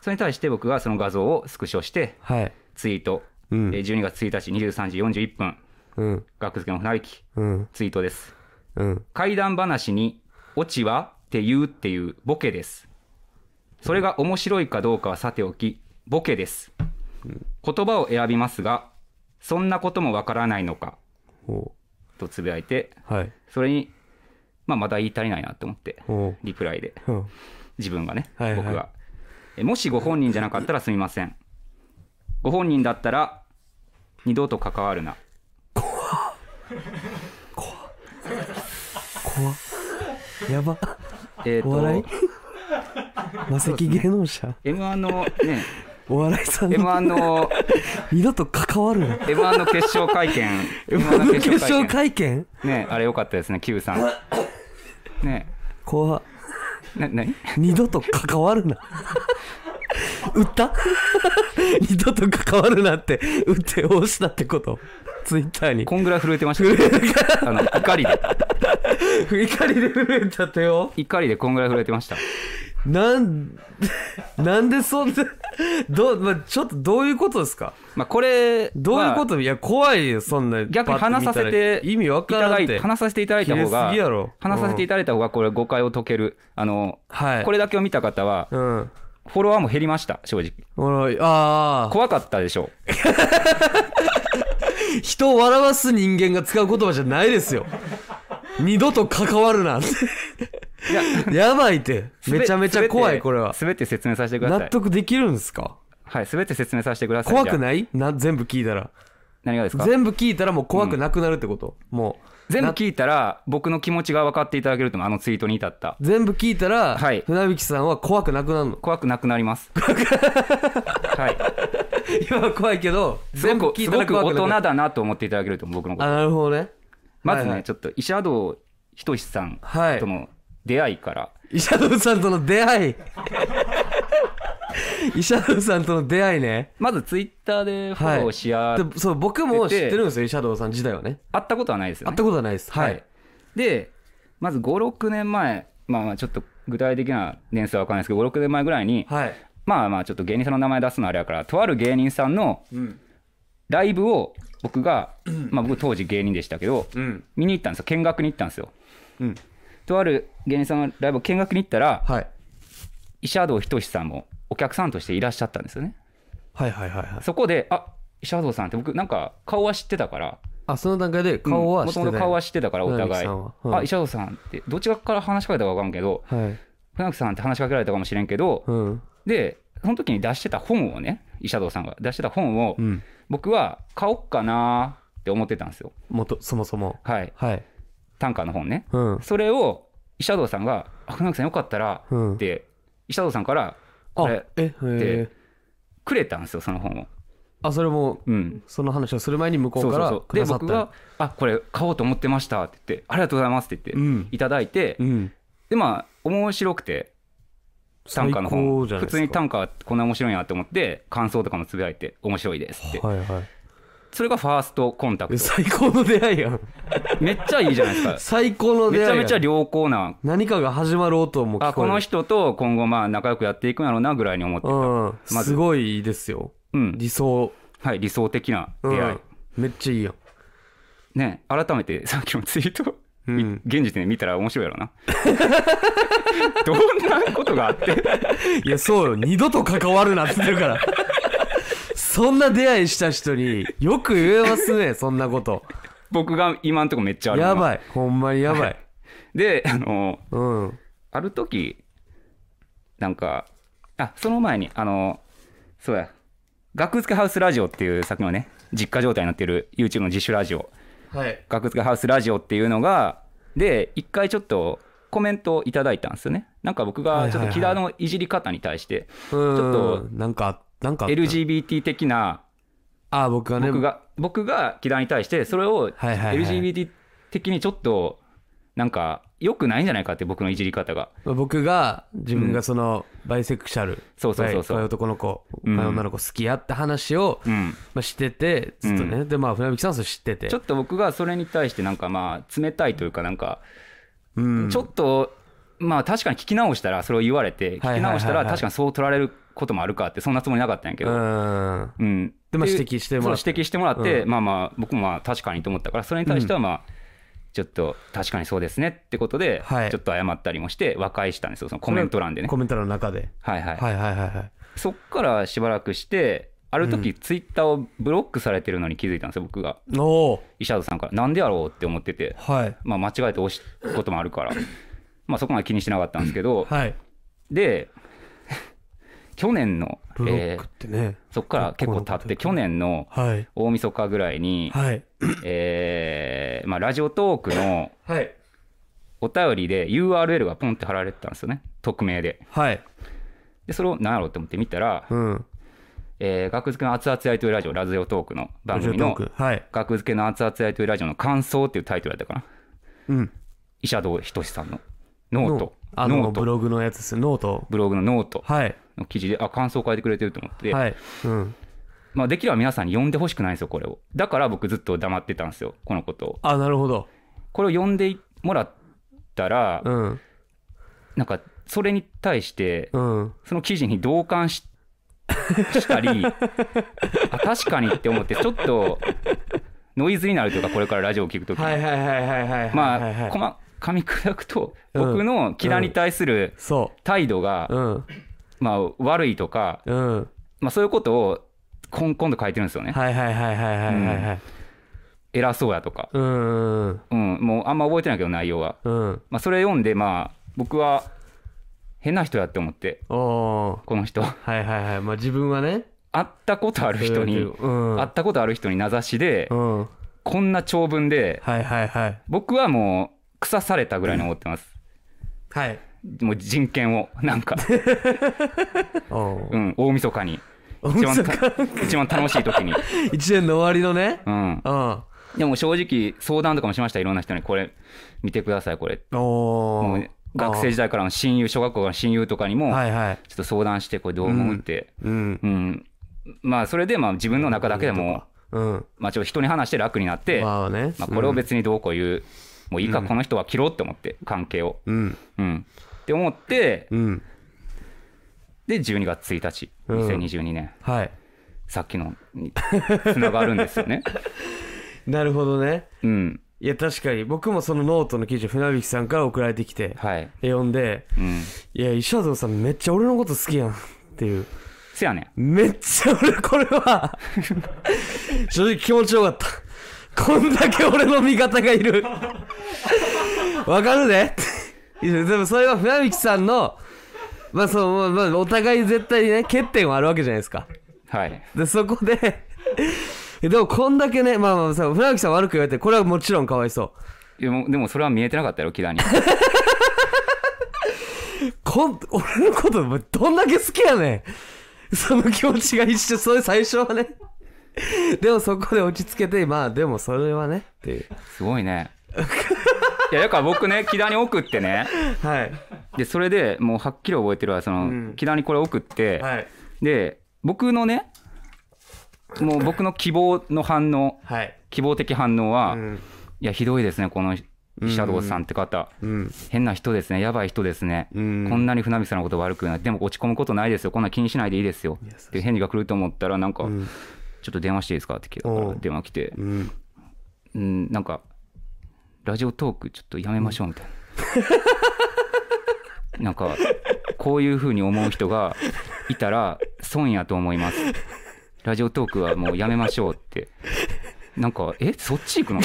それに対して僕がその画像をスクショして
はい。
ツイート、
う
えー
ん。
12月1日23時41分
うん。
学付けの船引き
うん。
ツイートです
うん。
怪談話に「オチは?」って言うっていうボケですそれが面白いかどうかはさておきボケです言葉を選びますがそんなこともわからないのか
お
とつぶやいて
はい。
それに、まあ、まだ言い足りないなと思って
おう。
リプライで
うん。
自分がね、
はいはい
僕がえもしご本人じゃなかったらすみませんご本人だったら二度と関わるな
怖やば。
えっ、
お笑い
と
魔石芸能者
m 1のね
お笑いさん
m 1の
二度と関わるな
M1 の決勝
[LAUGHS]
会見 M1
決勝会見
ねあれ良かったですね Q さんね
怖
な何
二度と関わるな売った二度と関わるなって売って押したってことツイッターに
こんぐらい震えてまし
[LAUGHS]
たあの怒りで
怒りで震えちゃったよ
怒りでこんぐらい震えてました
なんなんでそんなどう、まあ、ちょっとどういうことですか
まあこれ
どういうこ
は
と、いや怖いよそんな
逆に
パッと見たら
話させて
意味わ
い
か
た
ら
だ
んっ
い
て
話させていただいた方
切れ
が
すぎやろ
話させていただいた方がこれ誤解を解けるあの
はい
これだけを見た方は
うん
フォロワーも減りました正直
おもろいああ
怖かったでしょう
人を笑わす人間が使う言葉じゃないですよ二度と関わるなんてやばいってめちゃめちゃ怖いこれは
全て説明させてくださ
納
い
得できるんですか
はい全て説明させてください
怖く
い
ないな全部聞いたら
何がですか
全部聞いたらもう怖くなくなるってこと、もう
全部
な
聞いたら僕の気持ちが分かっていただけると思うあのツイートに至った
全部聞いたら、
はい
船引さんは怖くなくなるの
怖くなくなり [LAUGHS] ますはい
今は怖いけど
すご
全部
く
聞い
す
た
ご
ら
く
怖く
大
な
人
くなる
だなと思っていただけると思う僕のこ
あ
と
なるほどね
まず
はいは
ね
い
ちょっと石堂ひとしさん
はい
との出会いから
イシャドウさんとの出
[LAUGHS]
会いイシャドウさんとの出会いね
まずツイッターでフォローし合
でそう僕も知ってるんですよイシャドウさん自体はね
会ったことはないですよ
会っ
ね
たことはないですは
はいいでまず56年前まあまあちょっと具体的な年数は分かんないですけど56年前ぐらいに
はい。
まあまあちょっと芸人さんの名前出すのあれやからとある芸人さんの
うん。
ライブを
[CLEARS THROAT]
僕がまあ僕当時芸人でしたけど
うん。
見に行ったんですよ見学に行ったんですよ
うん。
とある芸人さんのライブを見学に行ったら
はい。
石原堂ひとしさんもお客さんとしていらっしゃったんですよね
はいはいはいはい。
そこであ石原堂さんって僕なんか顔は知ってたから
あ、その段階で顔は
も
して
と
な
も
い。
と顔は知ってたからお互い
船引さんはうん
あ石原堂さんってどっち側から話しかけたか分かんないけど
はい。
船木さんって話しかけられたかもしれんけど、
うん
でその時に出してた本をね医者堂さんが出してた本を
うん
僕は買おっかなーって思ってたんですよ
もとそもそも
はい
はい
短歌の本ね
うん
それを医者堂さんが「あ船木さんよかったら」
うん
って医者堂さんから
あ
これ
えへー
でくれたんですよその本を
あそれも
うん
その話をする前に向こ
そうう
か
そうそ
ら
う
く
で
ださっ
僕
た
が「あこれ買おうと思ってました」って言って「ありがとうございます」って
う
言っ
ん
ていただいて
うん
でまあ面白くて短
最
歌の
高
本
じゃない
普
ですか
通に短歌こんな面白いなと思って感想とかもつぶやいて面白いですって
はいはい
それがファーストコンタ
え
クト
最高の出会いやん
めっちゃいいじゃないですか
最高の出会
め
い
ち
や
ゃ
ん
めちゃ良好な
何かが始まる音も聞こえる
あこの人と今後まあ仲良くやっていくんやろうなぐらいに思って
うん
まず
すごいいいですよ
うん
理想
はい理想的な
うん
出会い
めっちゃいいやん
ね改めて [LAUGHS] さっきのツイート
うん
現時点で見たら面白いやろな [LAUGHS] どんなことがあって [LAUGHS]
いやそうよ二度と関わるなって言ってるからそんな出会いした人によく言えますねそんなこと
僕が今んとこめっちゃある
やば
い
いほんまにやばい
であの
うん
ある時なんかあその前にあのそうや「学付けハウスラジオ」っていうさっきのね実家状態になってる YouTube の自主ラジオ
はい
「学付けハウスラジオ」っていうのがで一回ちょっとコメントをいただいたんですよねなんか僕
はい
が
はい
ち
は
ょ
い
っと木田のいじり方に対して
ちょ
ょっと
なんかなんかあった
LGBT 的な
あ僕がね
僕が僕が木田に対してそれを
はいはいはい
LGBT 的にちょっとなんか良くないんじゃないかって僕のいじり方が
僕が自分がその、バイセクシャル
そうそうそうそう
バイバイ男の子バイ
うん
女の子好きやって話を、
うん
まあ、しててずっとね、でまあ船引さんはそれ知ってて
ちょっと僕がそれに対してなんかまあ冷たいというかなんか
うん
ちょっとまあ確かに聞き直したらそれを言われて
はいはいはいはい
聞き直したら確かにそう取られることもあるかってそんなつもりなかったんやけ
う
ど
ん
うん
でまあ
っていう
指摘してもらって
そう指摘してもらって
う
まあまあ僕もまあ確かにと思ったからそれに対してはまあちょっと確かにそうですねってことで
はい
ちょっと謝ったりもして和解したんですよそのコメント欄でね
コメント欄の中で、
はいはい
はい、はいはいはい
そっからしばらくしてある
う
時ツイッターをブロックされてるのに気づいたんですよ僕が
おお
イシャードさんからなんでやろうって思ってて
はい
まあ、間違えて押すこともあるから、まあ、そこまで気にしてなかったんですけど、
はい
で、去年の、
ブロッ
えー
クってね、
そこから結構経って、去年の
はい
大晦日ぐらいに、
はい
えーまあ、ラジオトークの
はい
お便りで URL がポンって貼られてたんですよね、匿名で。
はい
で、それを何やろうって思って見たら、
うん
えー、学付けの熱々やりとりラジオ、ラジオトークの番組
ラ
の
ジオ、トークはい
学付けの熱々やりとりラジオの感想っていうタイトルだったかな、
うん
医者堂仁さんのノート、
あ
ノ
の
ー
ブ
ト、
ログのやつですノート
ブログのノート。
はい
の記事で、あ、感想を書いてくれてると思って、
はいうん
まあ、できれば皆さんに読んでほしくないんですよ、これを。だから僕ずっと黙ってたんですよ、このことを。
あなるほど
これを読んでもらったら、
うん
なんか、それに対して、
うん
その記事に同感ししたり、あ、確かにって思って、ちょっと、ノイズになるというか、これからラジオを聞くときに。
はいはいはいはいはいはい
まあ、
はいはい
細かみ砕くと、
うん
僕のキラに対する
そ
態度が、
ううん
まあ、悪いとか、
うん
まあ、そういうことを、こん今度書いてるんですよね。
はいはいはいはいはいはいはい
偉そうやとか、
うんうん
うん、もうあんま覚えてないけど内容は、
うん
まあ、それ読んでまあ僕は変な人やって思って
おお
この人
はいはいはいまあ自分はね
会ったことある人に
うん
会ったことある人に名指しで
うんは
こんな長文で
いはいはい
僕はもう腐されたぐらいに思ってます
はい
もう人権をな
[LAUGHS]
んか、
おお
うん、大晦日に一番た一番楽しい時に、
一年の終わりのね
うん、
うん
でも正直相談とかもしましたいろんな人にこれ見てくださいこれ
お
も
お
う学生時代からの親友小学校からの親友とかにも
はいはい
ちょっと相談してこれどう思うって、
うん
うん、まあそれでまあ自分の中だけでも、
うん
まあ、ちょっと人に話して楽になって、ま
まあね
あ、これを別にどうこう言う、もういいか、この人は切ろうって思って関係を、
うん
うん、って思って
うん
で12月1日
うん
2022年、
はい
さっきのにつながるんで
[LAUGHS]
すよね。
なるほどね
うん
いや確かに僕もそのノートの記事船引さんから送られてきて
はい
読んで
うん、
いや石田さんめっちゃ俺のこと好きやんっていう
せやね
めっちゃ俺これは正直気持ちよかったこんだけ俺の味方がいるわかるででもそれは船引さんのまあそう、まあ、まあお互い絶対ね欠点はあるわけじゃないですか
はい。
でそこででもこんだけねまあまあさ船木さん悪く言われてこれはもちろんかわいそう
でも、でもそれは見えてなかったよ、キラに。
こん俺のことお前どんだけ好きやねんその気持ちが一緒それ最初はねでもそこで落ち着けてまあでもそれはねっていう
すごいね。いや、だから僕ね、キラに送ってね。
はい
で、それでもうはっきり覚えてるわ、その、
うん
キラにこれ送って、
はい
で、僕のね、もう僕の希望の反応、
はい
希望的反応は、
うん
いや、ひどいですね、このシャドウさんって方。
うん
変な人ですね、やばい人ですね。
うん
こんなに船見さんのこと悪くない。でも落ち込むことないですよ。こんな気にしないでいいですよ。っていう返事が来ると思ったら、なんか、
うん
ちょっと電話していいですかって聞いたか
お
ら
う
電話来て、
うん
うん、なんか、ラジオトークちょっとやめましょうみたい
[LAUGHS]
な。なんか、こういうふうに思う人がいたら損やと思います。ラジオトークはもうやめましょうって。なんか、えそっち行くの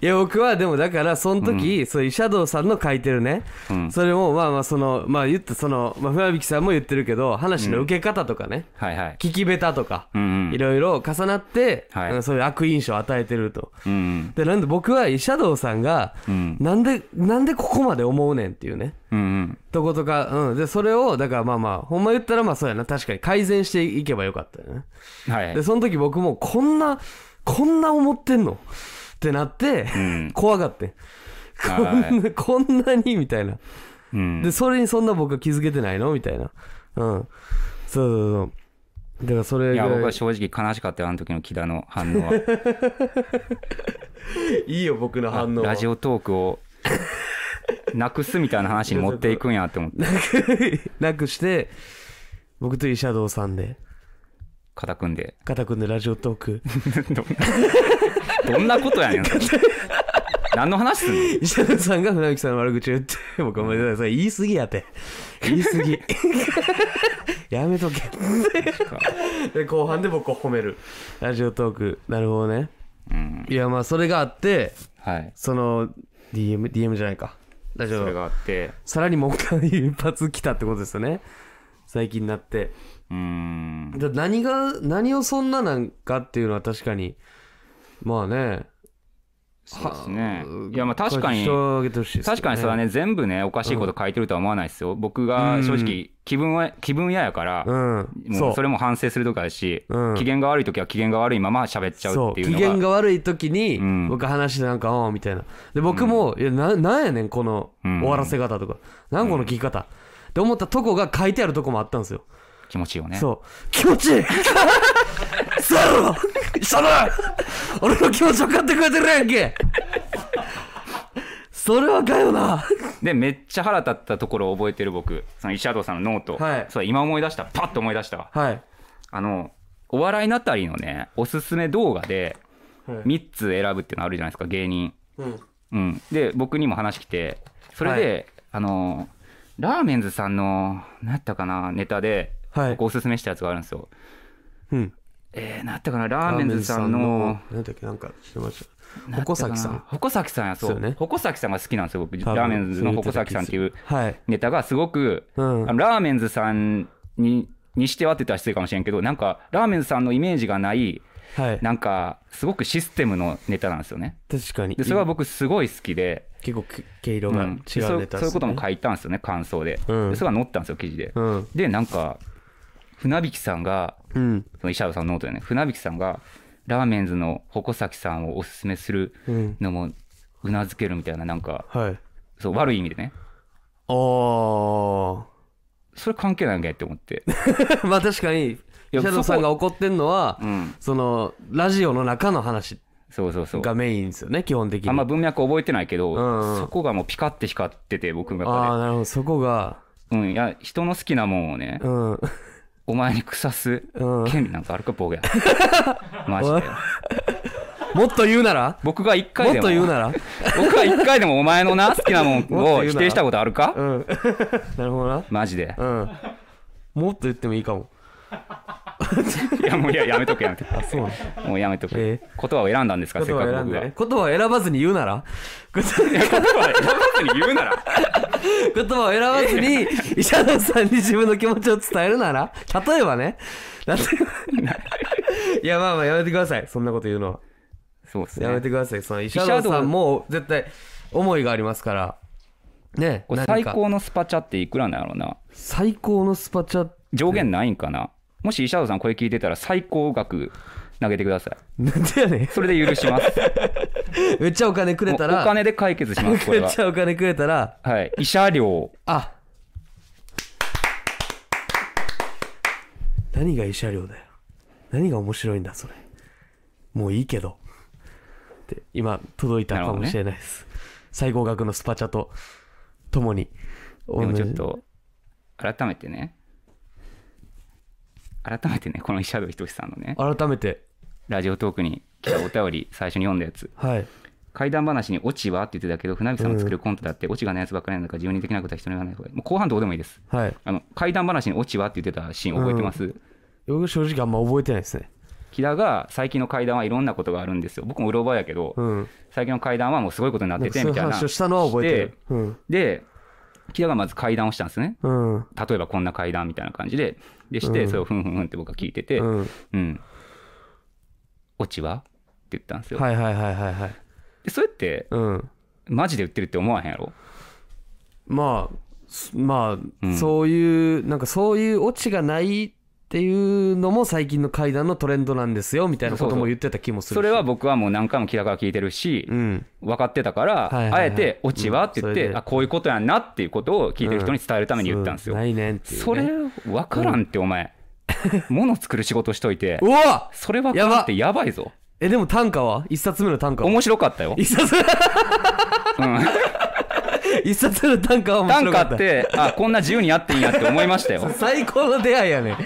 いや僕はでもだからその時、そういうシャドウさんの書いてるね、 [LAUGHS]
うん。
それもまあまあそのまあ言ってその、まあ、船引さんも言ってるけど話の受け方とかね、
はいはい。
聞き下手とか、
うんうん。
いろいろ重なって、
はい
うんそういう悪印象を与えてると
うん
でなんで僕はシャドウさんが、
うん。
なんでなんでここまで思うねんっていうね
うんうん。
とことか、うん、でそれをだからまあまあほんま言ったらまあそうやな確かに改善していけばよかったよね
はい
で。その時僕もこんなこんな思ってんのってなって、
ん
怖がってこん
は
な [LAUGHS] こんなにみたいな [LAUGHS]
うん
でそれにそんな僕は気づけてないのみたいなうんそうそうそうだからそれが
いや、僕は正直悲しかったよ、あの時の木田の
[LAUGHS]
反応は。
いいよ僕の反応は
ラジオトー
[LAUGHS]
クをなくすみたいな話に持っていくんやって思
[LAUGHS]
って
なくして僕とイシャドウさんで
肩組んで
肩組んでラジオトーク
どんなこと
[LAUGHS]
やねんそれ何の話すんの
イシャドウさんが船木さんの悪口を言って僕はもうそれ言い過ぎやって言い過
[LAUGHS]
ぎやめとけで後半で僕を褒めるラジオトークなるほどね
うん
いやまあそれがあって
はい
その DM, DM じゃないかラジ
それ
オ
があって
さらにもう一回一発来たってことですよね最近になって
うーん
だ何が何をそんななんかっていうのは確かにまあね
そうですねいやまあ確かに確
確
かにそれはね全部ねおかしいこと書いてるとは思わないですよ僕が正直気分は気分嫌やから
うん
もうそれも反省するとかだし
うん
機嫌が悪い時は機嫌が悪いまま喋っちゃうってい
そう機
う
嫌
のが
が悪い時に、
うん
僕話してなんか「ああ」みたいなで僕も「いやななんやねんこの
うん
終わらせ方」とか「なんこの聞き方」って思ったとこが書いてあるとこもあったんですよ
気持ちいいよね
そう気持ちいいそうやろそら俺の気持ち分かってくれてるやんけそれはかよな
でめっちゃ腹立ったところを覚えてる僕その石ドさんのノート、
はい
そう今思い出したパッと思い出したわ
はい
あのお笑いなたりのねおすすめ動画で
はい
3つ選ぶっていうのあるじゃないですか芸人
うん
うんで僕にも話来てそれで、あのラーメンズさんの何やったかなネタで
はい
僕おすすめしたやつがあるんですよ、
うん
えー、何やったかなラーメンズさんの
何だっけなんか知ってました
なんやった
矛
かな
先さん
矛先さんやそう
そうよね
矛先さんが好きなんですよ僕
多分
ラーメンズの矛先さんっていう
はい
ネタがすごく、
うん
あのラーメンズさんににしてはって言ったら失礼かもしれんけどなんかラーメンズさんのイメージがない
はい
なんかすごくシステムのネタなんですよね
確かに
でそれは僕すごい好きで、
結構け毛色
う
が違うんネタ
でそうそういうことも
い
書いたんですよね感想で,、
うん
でそれが載ったんですよ記事で、
うん
でなんか船引さんが
うん
その石原さんのノートでね船引さんがラーメンズの矛先さんをおすすめする
うん
のもうなずけるみたいななんか
はい
そう悪い意味でね
あー
それ関係ないんかいって
[LAUGHS]
思って、
まあ確かに
いや
シャドウさん
そこ
が怒ってんのは
うん、
そのラジオの中の話
そうそうそう
がメインですよね基本的に
あんま文脈覚えてないけど、
うんうん
そこがもうピカって光ってて僕の
あ
中
あなるほどそこが
で、うん、いや人の好きなもんをね、
うんう
[LAUGHS]
ん
お前に腐す
も
権利なんかあるか
[LAUGHS]
ボケマジで
っと言うなら
僕が一
も
回
っ
で
と
も
言うなら
僕が一回でもお前のな好きなもん
[LAUGHS] もっと
を
言う
否
な
定したことあるか、 [LAUGHS]
うんなるほどな
マジで
うんもっと言ってもいいかも
いやもういややめとくやめとく
あそうなの
もうやめとく、
え
言葉を選んだんですかせ
言
っ
葉
かく
選んだ
僕が
ね言葉を選ばずに言うなら言葉
言葉を選ばずに言う
[LAUGHS]
なら
言葉を選ばずに石原さんに自分の気持ちを伝えるなら例えばね例えばいやまあまあやめてくださいそんなこと言うのは
そうです
やめ
ね
てくださいその石
石
原
原
さ
さ
ん
ん
も絶対思いがありますからね
これ
何か
最高のスパチャっていくらなんやろうな
最高のスパチャ
上限ないんかな、もし石原さんこれ聞いてたら最高額投げてください
なんでやねん
それで許します
[LAUGHS] めっちゃお金くれた
もう
ら
お金で解決しますこ
め
れ
っ
は
ちゃお金くれたら
はい慰謝料
あ何が慰謝料だよ何が面白いんだそれもういいけどって今届いたかもしれないです、最高額のスパチャとともに
でもちょっと改めてね改めてねこの石原ひとしさんのね
改めて
ラジオトークに来たお便り最初に読んだやつ
はい
怪談話にオチはって言ってたけど船木さんの作るコントだって、オチがないやつばっかりなんだから自分にできないことは人に言わない方がいいもう後半どうでもいいです
はい
あの怪談話にオチはって言ってたシーン覚えてます、
僕正直あんま覚えてないですね
木田が最近の怪談はいろんなことがあるんですよ僕もうろ覚えやけど、
うん
最近の怪談はもうすごいことになっ
なん
て
か
て
そういう
みたいな
話をしたのは覚えてる
で
うん
で木田がまず怪談をしたんですね
うん
例えばこんな怪談みたいな感じででし
う
て
ん
それをふんふんふんって僕は聞いてて「
う
うん、
ん
オチは?」って言ったんですよ、
はいはいはいはいはい
でそれって
うん
マジで言ってるって思わへんやろ
まあすまあ、
うん
そういうなんかそういうオチがないっていうのも最近の怪談のトレンドなんですよみたいなこと
そうそ
も
う
言ってた気もするし
それは僕はもう何回も木田から聞いてるし、
うん
分かってたから、
いはいはい
あえて「オチは?」って言
う
っ
ん
て、
それで
あこういうことやんなっていうことを聞いてる人に伝えるために言ったんですよ、
そうないねんっていうね
それ分からんってお前、物作る仕事しといて
うわ
それ分からんってやばいぞ
えでも短歌は一冊目の短歌は
面白かったよ
一冊目
うん
一冊目の短歌は面
短
白か
歌
った
ってあこんな自由にやっていいんやって思いましたよ
最高の出会いやね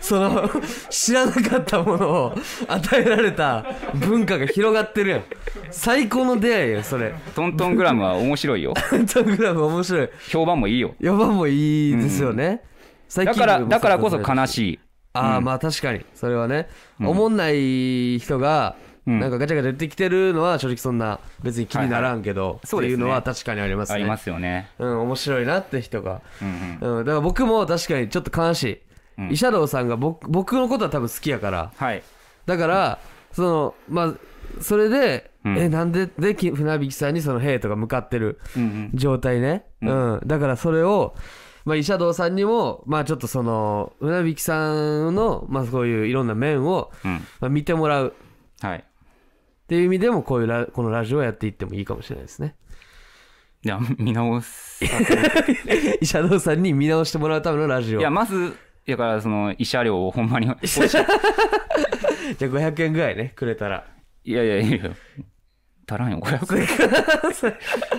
その知らなかったものを与えられた文化が広がってるやん最高の出会いやそれ [LAUGHS]
トントングラムは面白いよ
パントグラフ面白い
評判もいいよ
4番もいいですよね、最
だ
近
からだからこそ
あ
悲しい
あーまあ確かにそれはね、おもんない人が
うん
なんかガチャガチャ出てきてるのは正直そんな別に気にならんけど、
そうです
っ
ね
ていうのは確かにありますね
ありますよね
うん面白いなって人が、
うんうん
うん、だから僕も確かにちょっと悲しい、イシャドウさんが僕僕のことは多分好きやから
はい
だから、そのまあそれで、
うん
えなんででき船引さんにそのヘイトが向かってる
うんうん
[LAUGHS] 状態ね、うんだからそれを、まあ、医者堂さんにも、まあ、ちょっとその船引さんの、まあ、そういういろんな面を、
うん
まあ、見てもらう
はい
っていう意味でもこういうラこのラジオをやっていってもいいかもしれないですね [LAUGHS]
いや見直す
医者堂さんに見直してもらうためのラジオ [LAUGHS]
いやまずだからその慰謝料をほんまにい
じゃあ500円ぐらいねくれたら
やいやいやいや足らんよ500円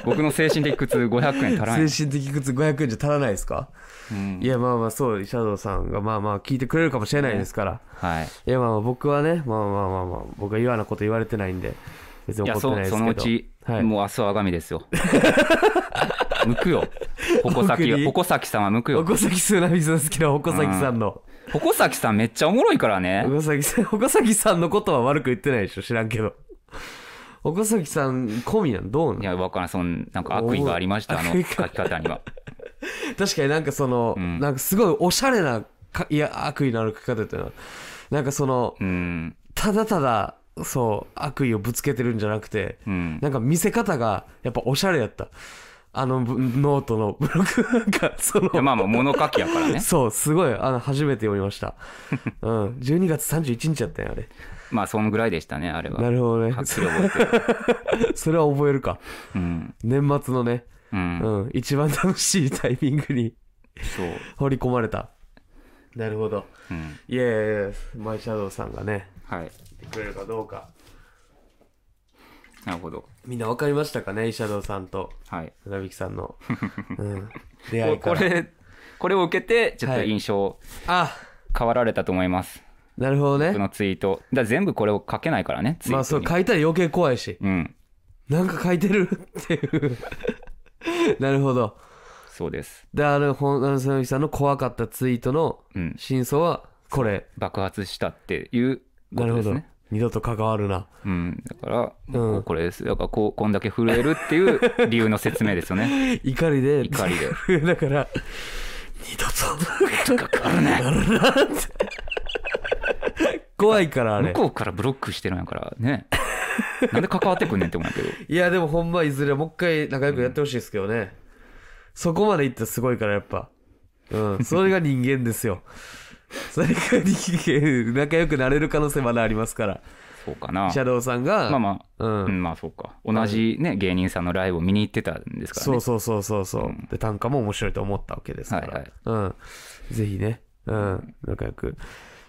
僕の精神的苦痛500円足らん
精
よ、
神的苦痛500円じゃ足らないですか、
うん
いやまあまあそう医者堂さんがまあまあ聞いてくれるかもしれないですから、
はい
いやまあまあ僕はねまあまあまあまあ僕は言わなこと言われてないんで別
い
に怒
や
ってない
そ
ですけど
そのうち、
はい
もう明日は我が身 [LAUGHS] ですよ向くよ矛
僕に
先矛先さんは向くよ
おこさきすなみさん好きなおこさきさんの。
矛先さんめっちゃおもろいからね
おこさきさん、おこさきさんのことは悪く言ってないでしょ知らんけど。おこさきさん込みなんどう
い
なん
や分からんそんなんか悪意がありましたあの
お
書
い
き方には
確かになんかその、
ん
なんかすごいおしゃれなか、いや、悪意のある書き方っていうのは、なんかその、
うん
ただただ、そう、悪意をぶつけてるんじゃなくて、
うん
なんか見せ方がやっぱおしゃれやった。あのぶノートのブログなんか、その
いや、まあまあ物書きやか
[LAUGHS]
らね
そう、すごい、あの、初めて読みました。うん、12月31日やったんや、あれ。
まあそんぐらいでしたねあれは
なるほどね
は。っきり覚えてる
それは覚えるか。
うん
年末のね、
う、
うんん、一番楽しいタイミングに [LAUGHS]
そう、
放り込まれた。なるほど。
うん、
いやいやいや、マイシャドウさんがね、
はい
来てくれるかどうか。
なるほど
みんな分かりましたかね、イシャドウさんと、
はい
船引さん [LAUGHS] の、うん、出会
こ
いから。
れこれを受けてちょっと
はい
印象
あ、
変わられたと思います、
なるほど
僕
ね。
のツイートだから全部これを書けないからねツイートに、
まあそう、書いたら余計怖いし、
うん
なんか書いてるっていう。なるほど。
そうです
で、あの、ほんあの船引さんの怖かったツイートの
うん
真相は、これ
爆発したっていうこ
なる
と
ほ
です
ど、
ね。
二度と関わるな
うん、だから、
うん
こうこれですだからこうこんだけ震えるっていう理由の説明ですよね
怒りで
怒りで
[LAUGHS] だから二度と関わる
[LAUGHS]
なって怖いからあ
向
れ
こうからブロックしてるんやから
[LAUGHS]
ねなんで関わってくんねんって思うんやけど
いやでもほんまいずれもう一回仲良くやってほしいですけどね、そこまでいったらすごいからやっぱうんそれが人間ですよ [LAUGHS] それが人間仲良くなれる可能性まだありますから
そうかな
シャドウさんが
まあま
う
あ、
ん
うん、まあそうか同じね芸人さんのライブを見に行ってたんですからね
そうそうそうそうそう、
うん
で短歌も面白いと思ったわけですから、
はいはい
うん、ぜひね、うん、仲良く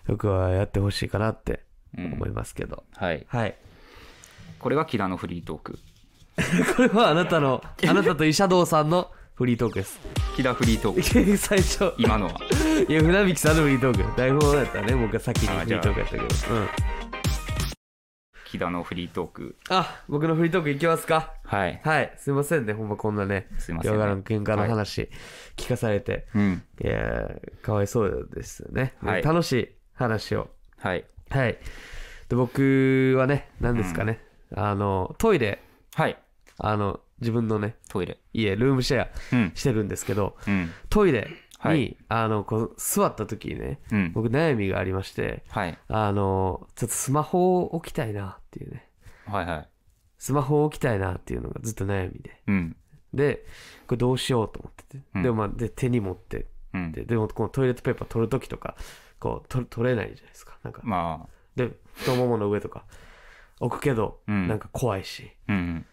僕はやってほしいかなって
うん
思いますけど、
はい
はい
これが木田のフリートーク
これはあなた
[LAUGHS]
のあなたとイシャドウさんのフリートークです
木田フリ
[LAUGHS]
ートーク
最初
今のはい
や船引さんのフリートーク台本だったらね僕が先に
あ
フ
じ
リー
ゃあ
トークやったけどうん
木田のフリートーク
あ僕のフリートークいきますか
はい
はいすいませんねほんまこんなね
すいません
よ
ね
うわからん喧嘩の話聞かされて、
うん
い、やーかわいそうですね、
はい
楽しい話を
はい
はい。で、僕はね、何ですかね。あの、トイレ、
はい
あの、自分のね、
トイレ
家、ルームシェア
うん
してるんですけど、
うん
トイレに、
はい
あの、こう、座った時にね、
うん
僕悩みがありまして、
はい
あの、ちょっとスマホを置きたいなっていうね、
はいはい
スマホを置きたいなっていうのがずっと悩みで。
うん
で、これどうしようと思ってて。
うん
でもまあ、で、手に持って
うん
て、でもこのトイレットペーパー取る時とか、こう、取取れないじゃないですか。なんか、
ま
で太ももの上とか置くけど、
うん
なんか怖いし
あうん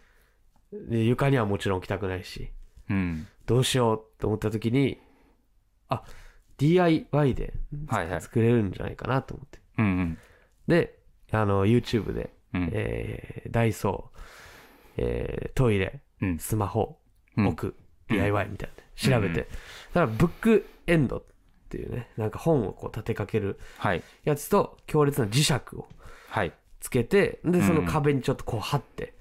で床にはもちろん置きたくないし
うん
どうしようと思った時にあ DIY で
はいはい
作れるんじゃないかなと思って、
うんうん
であの YouTube で、
うん
えーダイソー、えートイレ
うん
スマホ
うん
置く、DIY みたいな調べて、ただブックエンドっていうねなんか本をこう立てかける
はい
やつと強烈な磁石を
はい
つけてでその
うん
壁にちょっとこう貼って、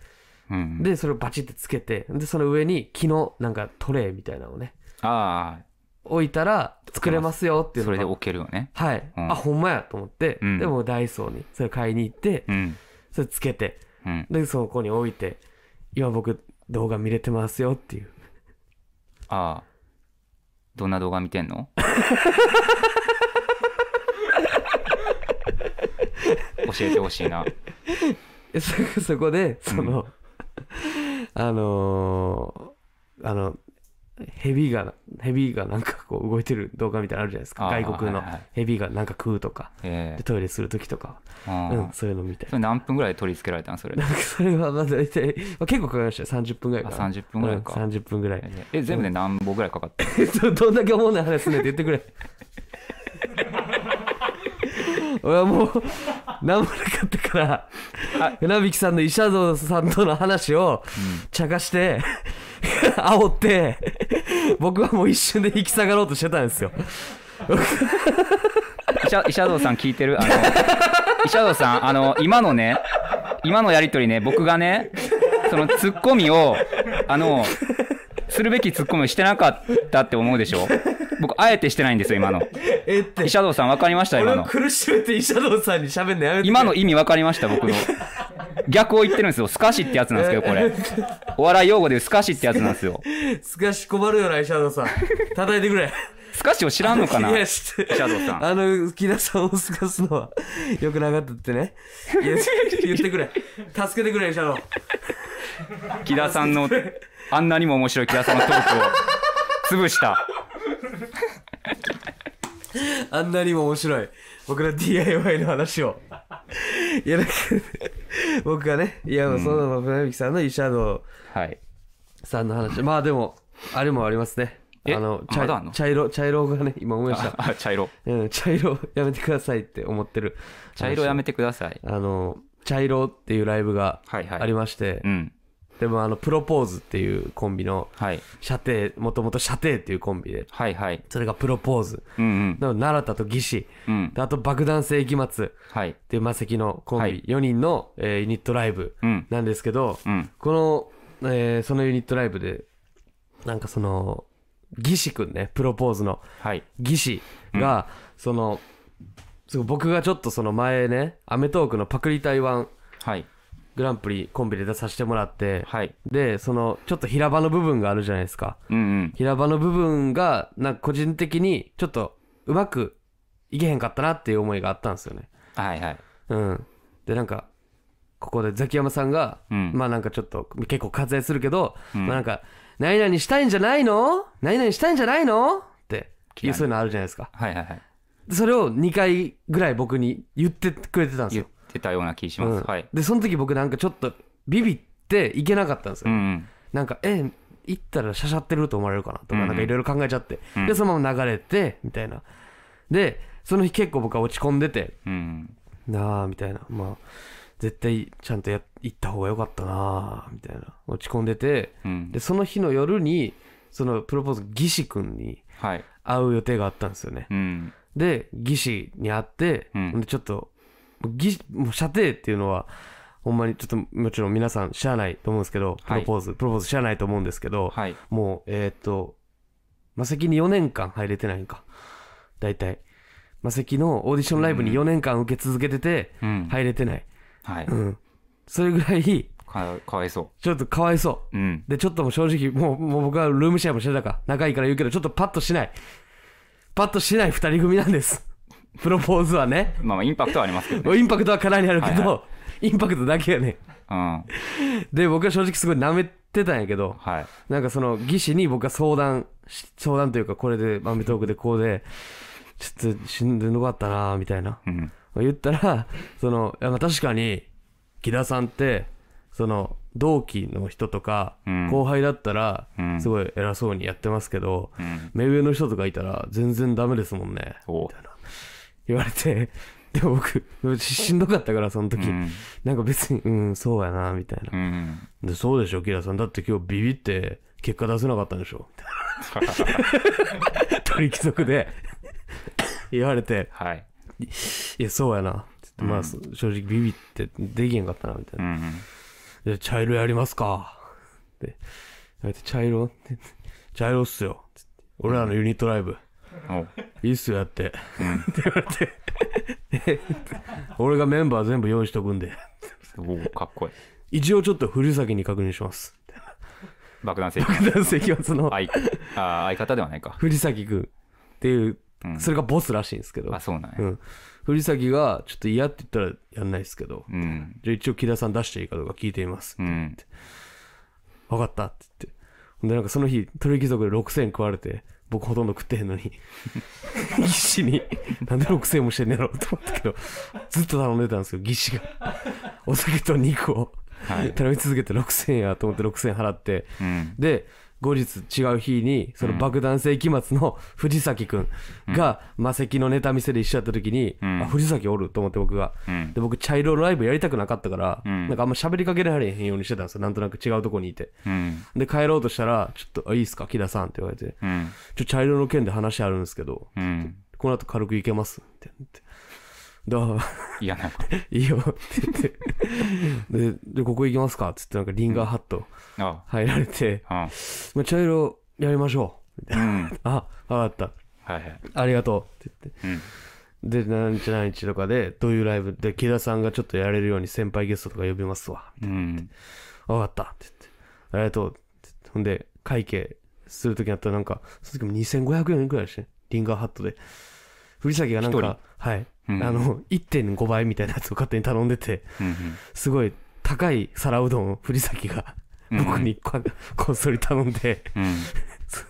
うん
で、それをバチってつけて、で、その上に木のなんかトレイみたいなのをね、
ああ
置いたら作れますよっていう
そ
の
れ
が
で置けるよね
はい。
うん
あ、ほんまやと思って、
うん
でもうダイソーにそれ買いに行って、
うん
それつけて、
うん
で、そこに置いて、今僕動画見れてますよっていう。
ああどんな動画見て
[LAUGHS]
んの教えてほしいな
えそ [LAUGHS] そこで、その、 [LAUGHS] あのーあの、ヘビが、ヘビがなんかこう動いてる動画みたいなのあるじゃないですか。
あー
外国の
はいはい
ヘビがなんか食うとか、
え
でトイレするときとか、
えああ
うん、そういうの見て
そ。れ何分ぐらいで取り付けられたのそれ
なんかそれはまあ大体、まあ、結構かかりましたよ30分ぐらいかな
あ30分ぐらいか
うん、30分ぐらい
ええ全部で何本ぐらいかかった
そう [LAUGHS] どんだけ思うない話すねって言ってくれ [LAUGHS] 俺はもう何もなかったから船引さんのイシャドウさんとの話を茶化して、煽って僕はもう一瞬で引き下がろうとしてたんです
[LAUGHS]
よ
医者医者道さん聞いてるあの医者道さんあの今のね今のやり取りね僕がねそのツッコミをあのするべきツッコミをしてなかったって思うでしょ僕あえてしてないんですよ今の
えって
医者道さん分かりました今
俺を
の
苦しめてイシャドウさんに喋んのやめて
今の意味分かりました僕の逆を言ってるんですよスカシってやつなんですけどこれお笑い用語でいうスカシってやつなんですよ
[LAUGHS] すかし困るよなイシャドウさん叩いてくれ
スカシを知らんのかない医
や、知って
者道さん
あの、木田さんをすかすのは、よくなかったってね。いや、言ってくれ。助けてくれ、シャドウ。
木田さんのあんなにも面白い木田さんのトークを潰した
あんなにも面白い。僕の DIY の話を。いや、だから、僕がね、いや、そのまま船引さんのイシャド
はい
ウさんの話。まあでも、あれもありますね。
え
あの、
まだあん
茶
の
茶色、茶色がね、今思いました。
あ茶色
うん、茶色やめてくださいって思ってる。
茶色やめてください
あの、茶色っていうライブが
はいはい
ありまして
う、ん
でもあの、プロポーズっていうコンビの、
はい
射程もともと射程っていうコンビで
はいはい
それがプロポーズ
うんうん
の奈良田と義士
うん
であと爆弾世紀末っ
はい
ていう魔石のコンビ、
はい
4人の、えーユニットライブ
うん
なんですけど、
うん
この、えーそのユニットライブでなんかその義士くんねプロポーズの
はい
義士が、そのそう僕がちょっとその前ね『アメトーーク』のパクリ台湾
はい
グランプリコンビで出させてもらって、
はい
でそのちょっと平場の部分があるじゃないですか
うんうん
平場の部分がなんか個人的にちょっとうまくいけへんかったなっていう思いがあったんですよね
はいはい
うんでなんかここでザキヤマさんが、
うん
まあなんかちょっと結構割愛するけど、
うん
まあなんか「何々したいんじゃないの何々したいんじゃないの?」って
嫌い
そういうのあるじゃないですか
はいはいはい
それを2回ぐらい僕に言ってくれてたんです
言
よ
ってたような気します、
うん
はい
でその時僕なんかちょっとビビって行けなかったんです
う
よ、
んうん
なんかえ行ったらしゃしゃってると思われるかなとか、
うんうん
なんかいろいろ考えちゃって、
うん
でそのまま流れてみたいなでその日結構僕は落ち込んでて
うん
なあみたいなまあ絶対ちゃんとや行った方が良かったなあみたいな落ち込んでて
うん
でその日の夜にそのプロポーズ技師くんに
はい
会う予定があったんですよね、
うん
で義士に会って、
うん
でちょっと義士もう射程っていうのはほんまにちょっともちろん皆さん知らないと思うんですけどプ
はい
ロポーズ、プロポーズ知らないと思うんですけど、
はい
もうえーっと魔石に4年間入れてないんか大体魔石のオーディションライブに4年間受け続けてて、
うん
入れてない、
はい
うん、それぐらいち
かかわいそ
ょっとかわいそう
ううん
で、ちょっともう正直、もう、もう僕はルームシェアもしてたから、仲いいから言うけど、ちょっとパッとしない。パッとしない二人組なんです。プロポーズはね。
まあまあインパクトはありますけどね
インパクトはかなりあるけど、
はい
インパクトだけやね。
うん
で、僕は正直すごい舐めてたんやけど、
はい
なんかその、技師に僕は相談し、相談というか、これで、アメトークでこうで、ちょっと死んでんのかったなみたいな。
うん
言ったら、その、いやまあ確かに、木田さんって、その、同期の人とか、
うん
後輩だったら
う、ん
すごい偉そうにやってますけど、
うん
目上の人とかいたら、全然ダメですもんね、
お
みたいな。言われて、でも僕、ししんどかったから、その時。
うん
なんか別に、うん、そうやな、みたいな
う。ん
でそうでしょ、キラさん。だって今日ビビって結果出せなかったんでし [LAUGHS] ょみたいな。鳥貴族で言われて、
はい
いや、そうやな。つってまあ、そ正直ビビってできへんかったな、みたいうな。
ん
で、茶色やりますか。って。やめて、茶色って茶色っすよ。つって俺らのユニットライブ。
おう
いいっすよ、やって。って言われて。俺がメンバー全部用意しとくんで。
おうかっこいい
一応ちょっと古先に確認し [LAUGHS] ます。
爆弾性
男性はその、
相あ相方ではないか
藤崎くんっていう、
うん
それがボスらしいんですけど
あ、そうなん
う
や
ん、藤崎がちょっと嫌って言ったらやんないですけど、
うん
じゃあ一応木田さん出していいかどうか聞いてみます、
うん
分かったって言ってほんでなんかその日鳥貴族で6000食われて僕ほとんど食ってへんの
[LAUGHS]
に [LAUGHS] ぎっしになんで6000もしてんねやろうと思ったけどずっと頼んでたんですよぎっしがお酒と肉を
はい
頼み続けて6000円やと思って6000円払って
うん
で後日違う日にその爆弾性期末の藤崎くんが魔石のネタ見せで一緒やった時に、
ん
あ藤崎おると思って僕が、
うん
で僕茶色ライブやりたくなかったから、
うん
なんかあんま喋りかけられへんようにしてたんですよなんとなく違うとこにいて
うん
で帰ろうとしたら「ちょっとあいいっすか木田さん」って言われて
うん
「ちょ茶色の件で話あるんですけど
うん
この後軽く行けます」って言って「だ
嫌なこ
いいよ」って言っ
[LAUGHS]
てでで「ここ行きますか」っつってなんかリンガーハット
とあ
入られて、
あ
まあ、茶色やりましょう。
うんはい
あ、わかっ
はい
た。ありがとう。って
うん
言って。で、何日何日とかで、どういうライブで、木田さんがちょっとやれるように先輩ゲストとか呼びますわ。
うん
わかった。って言って。ありがとう。って言ってほんで、会計するときになったらなんか、その時も2500円くらいでしたね。リンガーハットで。藤崎がなん
一人
か、はい。
うん
あの、1.5倍みたいなやつを勝手に頼んでて、
うん
すごい高い皿うどんを藤崎が、
うん
僕にここっそり頼んで、
うん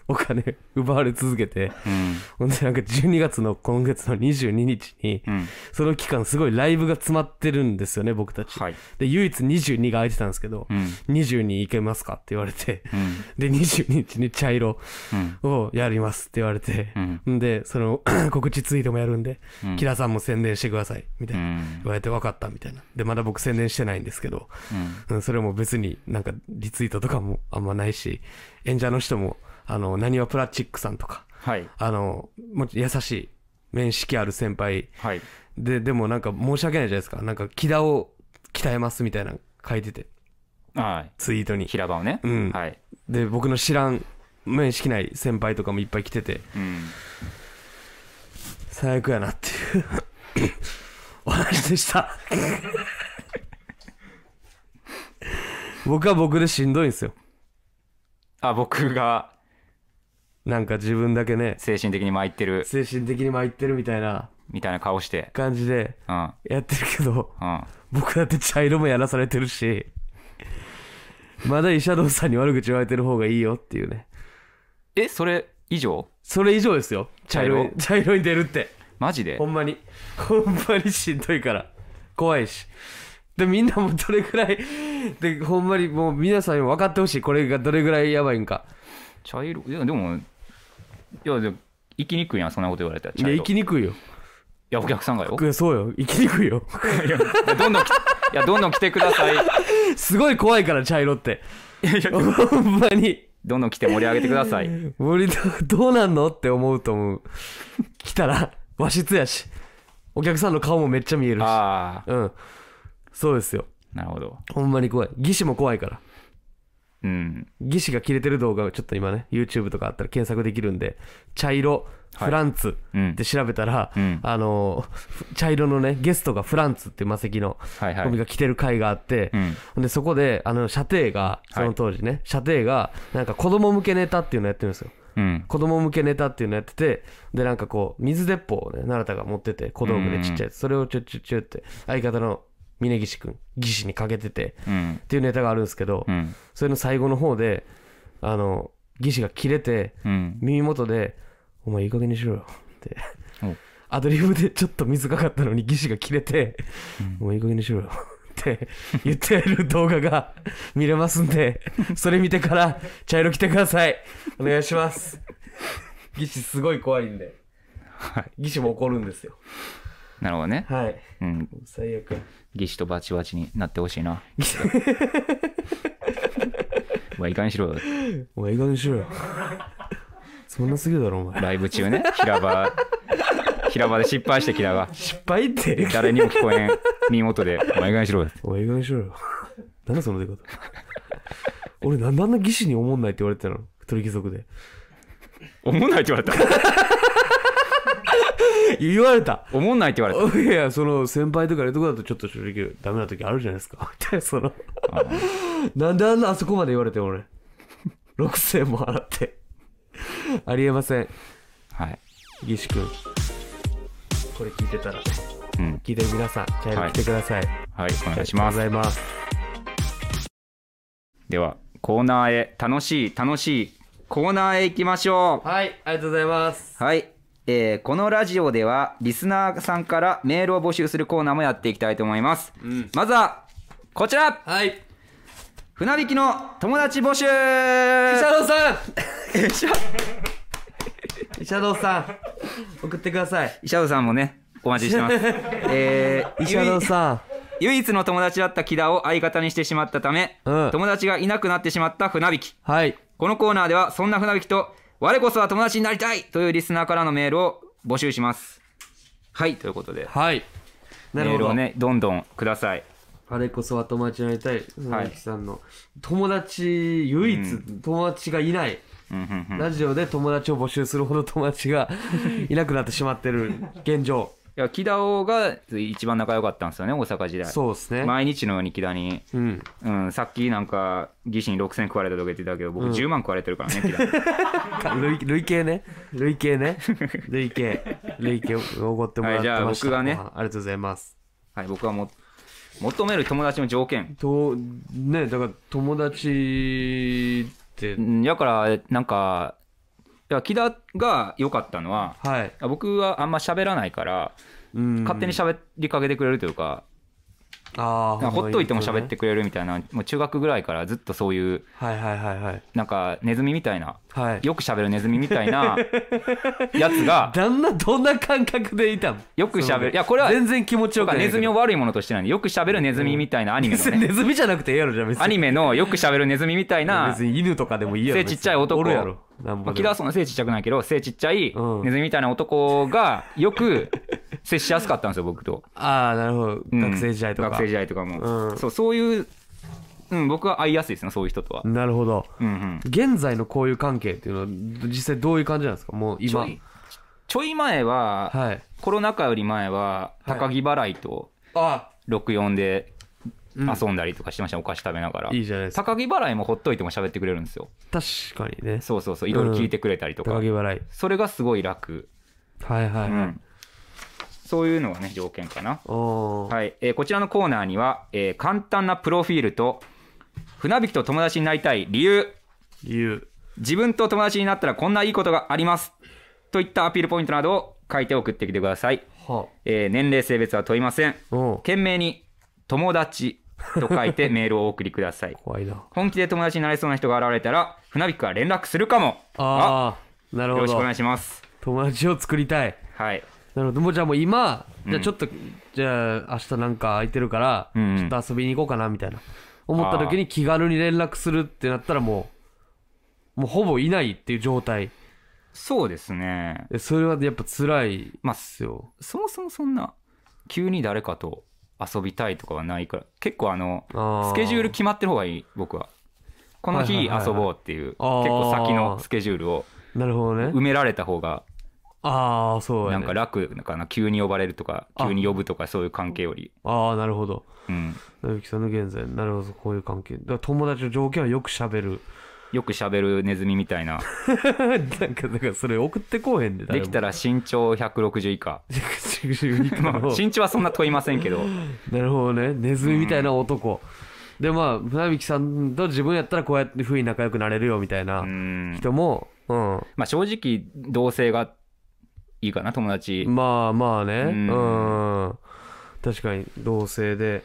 お金奪われ続けて。
うん
ほんでなんか12月の今月の22日に、
うん
その期間すごいライブが詰まってるんですよね、僕たち。
はい
で、唯一22が空いてたんですけど、
うん
22行けますかって言われて、
うん
で、22日に茶色
うん
をやりますって言われて
う、ん
んで、その [CLEARS THROAT] 告知ツイートもやるんで、
うん
キラさんも宣伝してください、みたいうな。
ん
言われて分かったみたいな。で、まだ僕宣伝してないんですけど、
うん
うん、それも別になんかリツイートとかもあんまないし、演者の人も、あの、なにわプラチックさんとか、
はい
あの、もう優しい、面識ある先輩
はい
で、でもなんか申し訳ないじゃないですか。なんか、木田を鍛えますみたいなの書いてて、
はい
ツイートに。
平場をね
うん
はい
で、僕の知らん、面識ない先輩とかもいっぱい来てて、
うん
最悪やなっていう [COUGHS] 話でした。 [LAUGHS] 僕は僕でしんどいんですよ。
あ僕が
なんか自分だけね、
精神的に参ってる
精神的に参ってるみたいな
みたいな顔して
感じで
うん
やってるけど、
うん
僕だって茶色もやらされてるし、まだイシャドウさんに悪口言われてる方がいいよっていうね。
えそれ以上
それ以上ですよ。茶色に、茶色に出るって。
マジで
ほんまに。ほんまにしんどいから。怖いし。で、みんなもどれぐらい、で、ほんまにもう皆さんにも分かってほしい。これがどれぐらいやばいんか。
茶色いやでもいやでも生きにくいやんそんなこと言われたら
い
茶
や、
色い
生きにくいよ。
やお客さんがよ
いやそうよ。生きにくいよ。
いやどんどん来ていやどんどん来てください
すごい怖いから、茶色 [LAUGHS] って。ほんまに。
どんどん来て盛り上げてください
俺ど、どうなんのって思うと思う。来たら、和室やし。お客さんの顔もめっちゃ見えるし。
ああ
うん。そうですよ。
なるほど
ほんまに怖い。義士も怖いから。
うん
義士が切れてる動画をちょっと今ね YouTube とかあったら検索できるんで茶色フランツ
うん
って調べたら、
うん
あのー茶色のねゲストがフランツっていう魔石の
はいはい
コンビが来てる回があって、
うん
ほんでそこであの射程がその当時ね、射程がなんか子供向けネタっていうのやってるんですよ
うん
子供向けネタっていうのやっててでなんかこう水鉄砲をね奈良田が持ってて小道具でちっちゃいやつそれをちょちょちょって相方の峯岸君義士にかけてて
うん
っていうネタがあるんですけど、
うん
それの最後の方で、あの、技師が切れて、
うん
耳元で、お前いい加減にしろよって
お。
アドリブでちょっと水かかったのに技師が切れて、もういい加減にしろよ [LAUGHS] って言ってる動画が [LAUGHS] 見れますんで、それ見てから茶色来てください。お願いします。技師すごい怖いんで。
はい
技師も怒るんですよ。
なるほどね
はい。
うん
最悪。
義士とバチバチになってほしいな [LAUGHS] まあいかにしろよ
お前いい加減にしろよ。そんなすぎるだろ、お前。
ライブ中ね平場平場で失敗してきたが
失敗って。
誰にも聞こえん耳元で「お前いかにしろよ
お前いい加減にしろよ。なんだその出方。俺なんであんな技師に思んないって言われてたの鳥貴族で。」
おもんないって言われた
言われた。
おもんないって言われ
いや、その先輩とかのとこだとちょっと正直ダメな時あるじゃないですか。 [LAUGHS] みたいな、その。
たあー
なんであんなあそこまで言われてん俺。6000も払って。ありえません。
はい
技師くん。これ聞いてたら、
うん
聞いてる皆さん、チャイル来てください。
はい
あ
お願い
り
しま
がとうご
す
ざいます。
ではコーナーへ楽しい楽しいコーナーへ行きましょう
はい、ありがとうございます。
はい、えーこのラジオではリスナーさんからメールを募集するコーナーもやっていきたいと思います、
ん
まずはこちら
はい。
船引きの友達募
シ
集
ャドウさ [LAUGHS] んシャドウさ [LAUGHS] ん送ってください
石ャドさんもねお待
[LAUGHS]
ちしてますえー
シャドウ
唯
さ
唯一の友達だった木田を相方にしてしまったため、
うん
友達がいなくなってしまった船引き
んはい
このコーナーではそんな船引きと我こそは友達になりたいというリスナーからのメールを募集しますはいということで
はいな
メ
るほ
ール
ど
をねどんどんください
あれこそは友達になりたい鈴木さんの友達唯一友達がいない
うんうんうん
ラジオで友達を募集するほど友達がいなくなってしまってる現状
いや木田王が一番仲良かったんですよね大阪時代
そうですね
毎日のように木田に、
うん
うん、さっきなんか義士に6000食われたとか言ってたけど僕10万食われてるから
[LAUGHS]
ね、木田
か累累計ね累計
[LAUGHS]
ね累計累計おごってもらってました
はいじゃあ僕がね
ありがとうございます
はい僕はも求める友達の条件
とねだから友達って、
うんだからなんかいや木田が良かったのは
はい、
僕はあんま喋らないから
うん
勝手に喋りかけてくれるというか,、
あー
ほっといても喋って
ね
くれるみたいなもう中学ぐらいからずっとそういう
はいはいはいはい
なんかネズミみたいな
はい
よく喋るネズミみた
[LAUGHS]
いなやつが
旦那どんな感覚でいたの
よく喋る
その
いやこれは
全然気持ちよくない
ネズミを悪いものとしてないんでよく喋るネズミみたいなアニメの、
[LAUGHS]
ね、
ネズミじゃなくてええやろじゃあ別に
アニメのよく喋るネズミみたいな
別に犬とかでもいいやろ
背ちっちゃい男
おるやろなん
ま
ぼ
あ
で
木
も
田はそんな背ちっちゃくないけど背ちっちゃい
うん
ネズミみたいな男がよく接しやすかったんですよ僕と、
ああなるほど、
うん
学生時代とか
学生時代とかも、
うん
そうそういう、うん、僕は会いやすいですねそういう人とは、
なるほど
うんうん、
現在の交友関係っていうのは実際どういう感じなんですかもう
ちょ
今
いちょい前は
はい
コロナ禍より前は
はい
高木払いと
あ
64で
うん
遊んだりとかしてました、お菓子食べながら
いいじゃないですか
高木払いもほっといても喋ってくれるんですよ
確かにね
そうそうそういろいろ聞いてくれたりとか、
高木払い
それがすごい楽、
はいは
う
いはい、
ん、そういうのがね条件かな
おー
はい、えーこちらのコーナーには、えー簡単なプロフィールと船引きと友達になりたい理由
言う
自分と友達になったらこんないいことがありますといったアピールポイントなどを書いて送ってきてください、
は
えー年齢性別は問いません
お
懸命に「友達」と書
[LAUGHS]
いてメールをお送りください
怖いな
本気で友達になれそうな人が現れたら船引きから連絡するかも
ああなる
よ
ほ
ろしくお
ど
願いします
友達を作りたい
はい
なるほどもうじゃあもう今
うん
じゃあちょっと、じゃあ明日なんか空いてるから、
うんうん
ちょっと遊びに行こうかなみたいな思った時に気軽に連絡するってなったらもうもうほぼいないっていう状態
そうですね
えそれはやっぱ辛いで
まあ
すよ
そもそもそんな急に誰かと遊びたいとかはないから結構あの
あ
スケジュール決まってる方がいい僕はこの日
はいはいはいはい
遊ぼうっていう結
あー
構先のスケジュールを
なるほどね
埋められた方が
ああそうや、
な
ね、
んか楽かな急に呼ばれるとか
あ
急に呼ぶとかそういう関係より
ああなるほど
うん
なゆきさんの現在なるほどこういう関係だから友達の条件はよくしゃべる [LAUGHS]
よく喋るネズミみたいな
なんかだからそれ送ってこうへんで
で
[LAUGHS]
きた
ら
ら身長160以下 [LAUGHS] まあ
な
身長はそんな問いませんけど
るほどねネズミみたいな男、でまあ船引さんと自分やったらこうやってふうに仲良くなれるよみたいうなん人も、うん
まあ正直同性がいいかな友達
まあまあねう
うん
ん、確かに同性で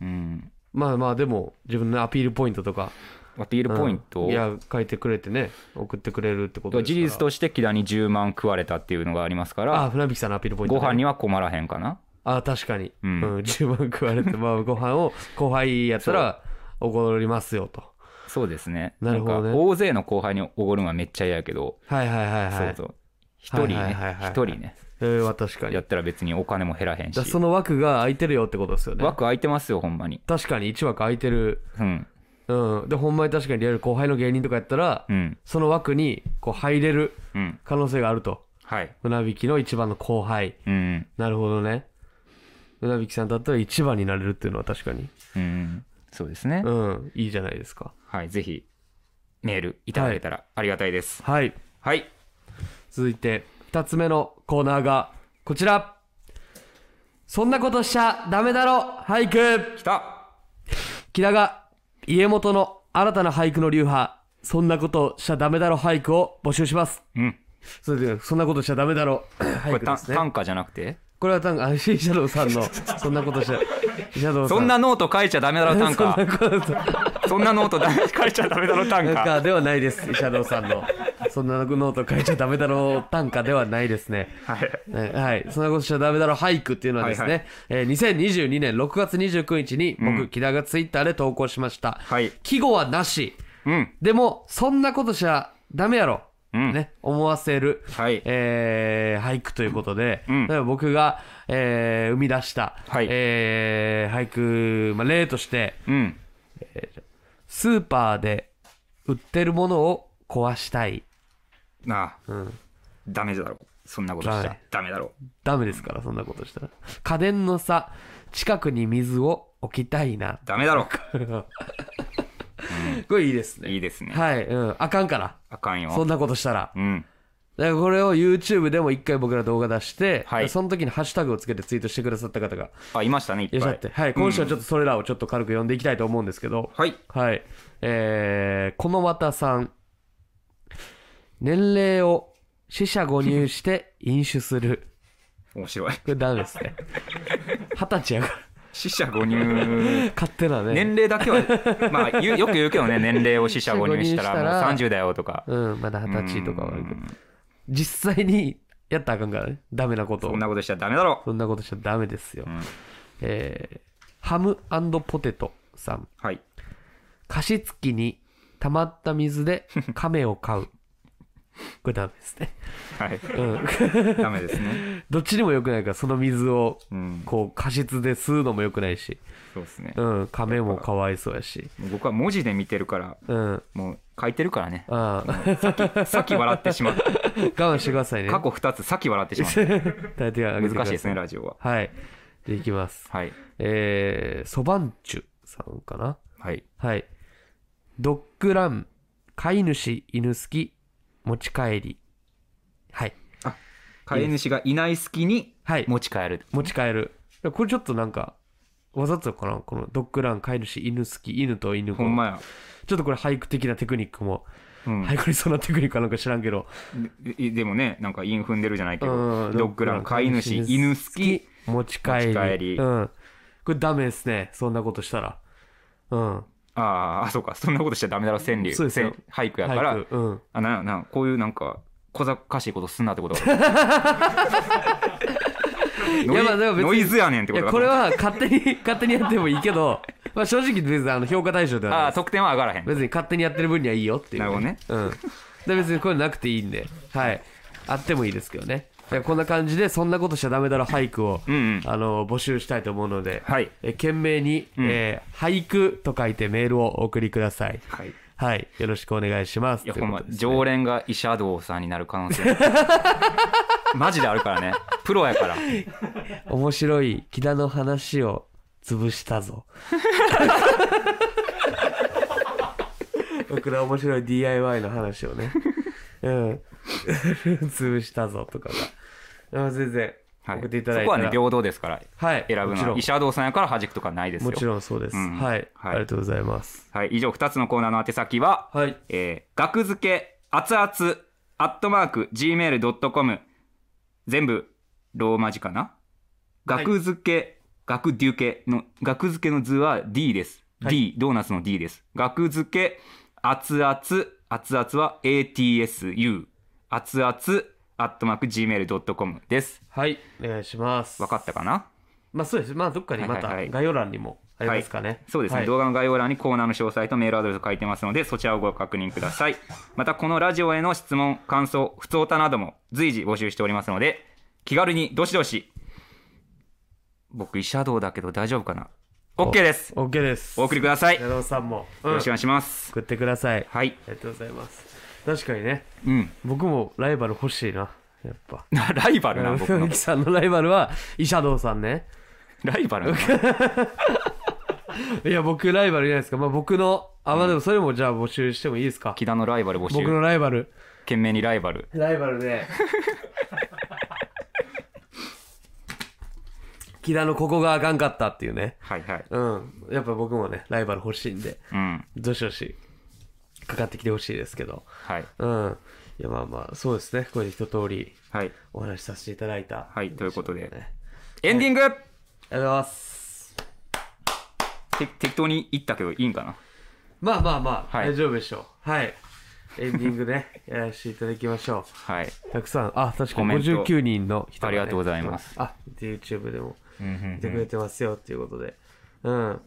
うん
まあまあでも自分のアピールポイントとか
アピールポイン
う
ト
ん
を
いや書いてくれてね送ってくれるってことです
事
から
実として木田に10万食われたっていうのがありますか
あ
ら
船引さんのアピールポイント
ご
ね、
飯には困らへんかな
あ確かに、う
うんん
10万食われて、まあ、ご飯を後輩やったら怒りますよと
そうですね。
なるほどね
んか大勢の後輩におごるのはめっちゃ嫌やけど、
はいはいはいはい
そうそう。一人
はい
ね
はいはいはい、
一人ね、
えーは確かに
やったら別にお金も減らへんし
だ。その枠が空いてるよってことですよね
枠空いてますよ、ほんまに。
確かに1枠空いてる
うん。
うんでほんまに確かにリアル後輩の芸人とかやったら、
うん。
その枠にこう入れる
うん。
可能性があると
はい。
船引きの一番の後輩
うん。
なるほどね船引きさんだったら一番になれるっていうのは確かに
うん。そうですね。
うんいいじゃないですか
はい。ぜひ、メールいただけたらありがたいです。
はい
はい。
続いて2つ目のコーナーがこちらそんなことしちゃダメだろ俳句
来た
木田が家元の新たな俳句の流派そんなことしちゃダメだろ俳句を募集します
うん。
それでそんなことしちゃダメだろ
こ
俳
れ
句
た
ですね
短歌じゃなくて
これは単あシーシャドウさんのそんなことしちゃシャドウさん
そんなノート書いちゃダメだろ短
そん
歌
なこと
そんなノートだ書いちゃダメだろ短
短
歌
歌ではないですシャドウさんのそんなノート書いちゃダメだろう短歌ではないですね
はい
はいはい、そんなことしちゃダメだろ俳句っていうのはですね、
はいは
えー2022年6月29日に僕、
うん
木田がツイッターで投稿しました、
はい
季語はなし
うん
でもそんなことしちゃダメやろ、
うん
ね、思わせる、
はい
えー俳句ということで、
うん
だから僕が、えー生み出した、
はい
えー俳句、まあ、例として
うん
スーパーで売ってるものを壊したい
なあ、ダメだろそんなことしち
ダ
ゃ
メ
ダメだろ
ダメですからそんなことしたら家電のさ近くに水を置きたいな
ダメだろ
[LAUGHS] これいいですね。
いいですね
はい、うん。あかんから。
あかんよ
そんなことしたら。
うん
だからこれを YouTube でも一回僕ら動画出して、
はい
その時にハッシュタグをつけてツイートしてくださった方が
あいましたねいっ
いらっし
ぱ
ゃ
い
って、はい、今週はちょっとそれらをちょっと軽く読んでいきたいと思うんですけど、
はい
はい、えー、このわたさん、年齢を死者誤入して飲酒する。
面白い
これダメです
[LAUGHS]
ね。二十歳やから、
死者誤入
勝手なね。
年齢だけはまあ言うよく [LAUGHS] 言うけどね年齢を死者誤入したらもう
死者誤入した
30だよとか
うん、まだ二十歳とかはあるけ
う
ど。
ん
実際にやったらあかんからね。ダメなことを
そん。なことしちゃダメだろ
そんなことしちゃダメですよ。
ん
えーハムポテトさん。
はい [LAUGHS]
加湿器に溜まった水で亀を飼う。これダメですね。
はい。
うん。
[LAUGHS] ダメですね。
どっちにも良くないから、その水を、
うん。
こう、過失で吸うのも良くないし、
そうですね。
うん、亀もかわいそうやし、
もう僕は文字で見てるから、
うん、
もう書いてるからね。
ああ、
さっき笑ってしまった。
我慢してくださいね。
過去2つ、さっき笑って
[LAUGHS]
しまった。
大体は上げてくだ
難
さ
しいですね、ラジオは。
はい。じゃあいきます。
はい。
えー、ソバンチュさんかな
はい。
はい。ドッグラン、飼い主、犬好き、持ち帰り。はい。
飼い主がいない隙に
はい。
持ち帰る。
持ち帰る。これちょっとなんか、わざとかなこのドッグラン、飼い主、犬好き、犬と犬子
ほんまや。
ちょっとこれ俳句的なテクニックも、
うん
俳句にそうなテクニックかなんか知らんけど。
ででもね、なんか韻踏んでるじゃないけど、
うん
ドッグラン、飼い主、犬好き。、
持ち帰り。
持ち帰り
うん。これダメですね。そんなことしたら。うん。
あーあ、そうか、そんなことしちゃダメだろ、川柳。
そうですよ
川俳句やから、
俳句うん。
あななこういうなんか、小賢 [LAUGHS] しいことすんなってことだ
い
ノイ
やまあでも別に
ノイズやねんって
い
こ
や、
とだ
これは勝手に、 [LAUGHS] 勝手にやってもいいけど、まあ正直別にあの評価対象ではない
ああ、
です。
得点は上がらへん。
別に勝手にやってる分にはいいよっていう、
なるほどね。
うん。で別にこれなくていいんで、はい。あってもいいですけどね。だからこんな感じで、そんなことしちゃダメだろ俳句を、
うんうん
あの、募集したいと思うので、
はい
え懸命に、
ん
えー俳句と書いてメールをお送りください。
はい。い
はい。よろしくお願いします。
や、
と
ほん
い
ま
うこ、とですね
常連が医者道さんになる可能 [LAUGHS] 性。マジであるからね。プロやから。
面白い木田の話を潰したぞ僕の面白い DIY の話をねうん潰したぞとかがあ全然
はい、
送っていただい
そこ
た
は
ら、
ね、平等ですから。
はい
選ぶ
も
の
ちろ
は。
ん
医者道さんやから弾くとかないですよ。
もちろんそうです、
うん
はい、あ
はい
りがとうございます
はい、以上2つのコーナーの宛先は、
はい
えー、学付け熱々アットマーク gmail.com 全部ローマ字かな学付け、学デュケの学付けの図は D です、
はい
D ドーナツの D です学付け熱々熱々は ATSU 熱々アットマーク gmail.com です
はいお願いします
分かったかな
まあそうですまあどっかにま
はいはいは
た
い
概要欄にもありますかね、
そうですね、
はい
動画の概要欄にコーナーの詳細とメールアドレスを書いてますのでそちらをご確認くださいまたこのラジオへの質問感想不通たなども随時募集しておりますので気軽にどしどし僕医者道だけど大丈夫かな OK です
お OK です
お送りくださいよ
矢野さんも、うん
ろしくお願いします、
送ってください
はい
ありがとうございます。確かにね、
うん
僕もライバル欲しいな。やっぱ。
な [LAUGHS] ライバルな僕
ふ
の
みきさんのライバルは、イシャドウさんね。
[LAUGHS] ライバルない
や、僕ライバルじゃないですか。まあ僕の、あ、まあでもそれもじゃあ募集してもいいですか。
木田のライバル募
僕
集
のライバル。
懸命にライバル
ライバルで。 [LAUGHS] 木田のここがあかんかったっていうね。
はいはい
うん。やっぱ僕もね、ライバル欲しいんで、
うん
どしどし、かかってきてほしいですけど。
はい
うん。いや、まあまあ、そうですね。これで一通り
はい
お話しさせていただいた。
はいということで
ね
エンディング、
ありがとうございます。
て適当に言ったけどいいんかな
まあまあまあ、
はい
大丈夫でしょう。はい。エンディングね、
[LAUGHS]
やらせていただきましょ
はい、
う。たくさん、あ、確か
コ
に
メント
59人の人が、ね、
ありがとうございます。
あ、で YouTube でも
うんうんうん
見てくれてますよっていうことで。うん。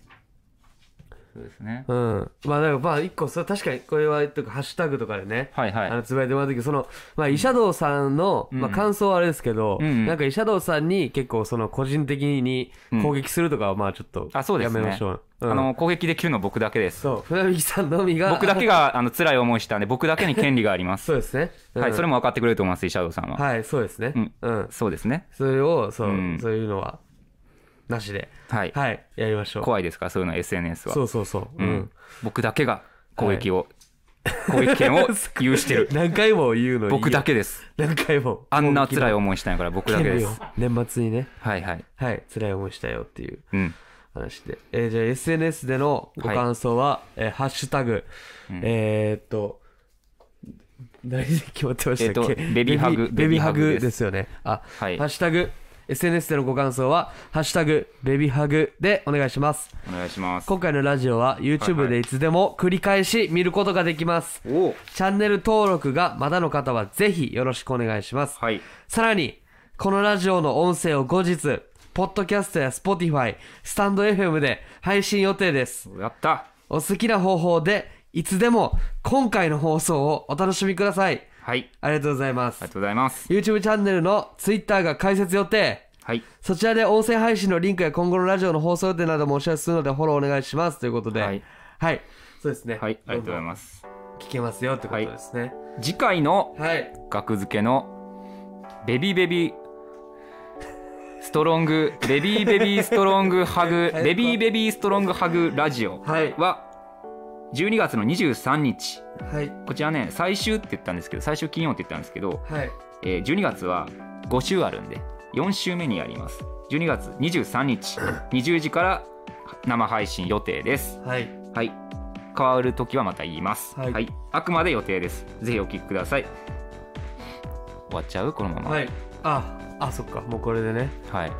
そうですね。
うん。まあ、だからまあ、一個、それ確かに、これは、とか、ハッシュタグとかでね、
はいはい
あの、つぶやいてもらったけど、その、まあ、イシャドウさんの、まあ、感想はあれですけど、
うんうん
なんか、イシャドウさんに結構、その、個人的に攻撃するとかは、まあ、ちょっと、
あそうですね
やめましょう。うん
あの攻撃できるの僕だけです
そう、船引さんのみが、
僕だけがあの辛い思いしたんで僕だけに権利があります
そうですね。うん
はいそれも分かってくれると思いますイシャドウさんは、
はい、そうですね。
うん
うん。
そうですね
それを、そう、
うん
そういうのは、なしで、
はい、
はい、やりましょう。
怖いですからそういうの SNS は
そうそうそう。う
うん
ん。
僕だけが攻撃を、攻撃権
[LAUGHS]
を有してる
何回も言うのいいよ
僕だ。けです
何回も。
あんな辛い思いしたんやから僕だけです
剣を年末にね、
はいはい
はい、辛い思いしたよっていう
うん
話で。えーじゃあ SNS でのご感想は、えーハッシュタグ、えーっと、何で決まってましたっけ、
えーっとベビーハグ
ベビーハ
ベビーハ
グ
グです
ですよね。あ、
はい
ハッシュタグ、SNS でのご感想は、ハッシュタグ、ベビーハグでお願いします。
お願いします
今回のラジオは
はいは
YouTube
い
でいつでも繰り返し見ることができます。
おお
チャンネル登録がまだの方はぜひよろしくお願いします。
はい
さらに、このラジオの音声を後日、ポッドキャストや Spotify、スタンド FM で配信予定です。
やった
お好きな方法で、いつでも今回の放送をお楽しみください。
はい。
ありがとうございます
ありがとうございます。
YouTube チャンネルの Twitter が開設予定
はい。
そちらで音声配信のリンクや今後のラジオの放送予定などもお知らせするのでフォローお願いしますということでは
はいい、
そうですね
はい。ありがとうござ
す
います。
聞けますよってことですね
次回の
はい
額付けのベビーベビーストロングベビーベビーストロングハグベビーベビーストロングハグラジオ
はい
は12月の23日
はい
こちらね最終って言ったんですけど最終金曜って言ったんですけど、
はい
えー12月は5週あるんで4週目にやります12月23日20時から生配信予定です
はい
はい変わる時はまた言います
は
はいい、あくまで予定ですぜひお聞きください終わっちゃうこのまま
はいああそっかもうこれでね
はい、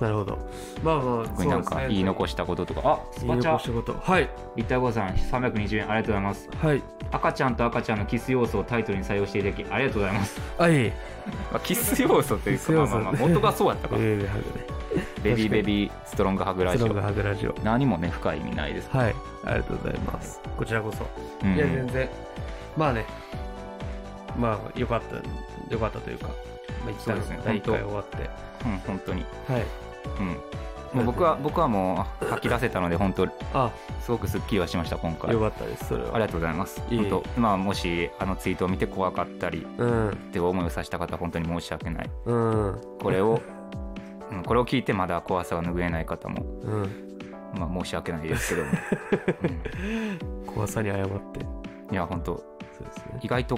なるほどまあまあそう
こ
です
れ
ね
なんか言い残したこととか、あ、ス
言い
パチ
残し
ャ、
たことはい
リタゴさん320円ありがとうございます。
はい
赤ちゃんと赤ちゃんのキス要素をタイトルに採用していただきありがとうござい
[LAUGHS]
ます。
はいい
まあ、キス要素という
キス
か、ま
要
あ
素
まあまあ元がそうやったか
ベ
ら、
ビーハグね
ベビーベビーストロングハグラ
ス
ジ
ロング
オ。
ハグラジオ
何もね深い意味ないです。
はいありがとうございますこちらこそ
うんうん
いや全然まあねまあよかったよかったというか、まあ、一
そう
旦
ですね
第1回終
本
わって
うん本当に。
はい
うん。もう僕は僕はもう吐き出せたので本当
あ
すごくスッキリはしました今回。
よ
あ
かったですそれは
りがとうございます。
いえいえ
本当まあもしあのツイートを見て怖かったり
うん
って思いをさせた方は本当に申し訳ない。
うん
これ [LAUGHS] を、うん、これを聞いてまだ怖さが拭えない方も、
うん
まあ、申し訳ないですけども、
怖さに謝って
うんいや本当
そうですね
意外と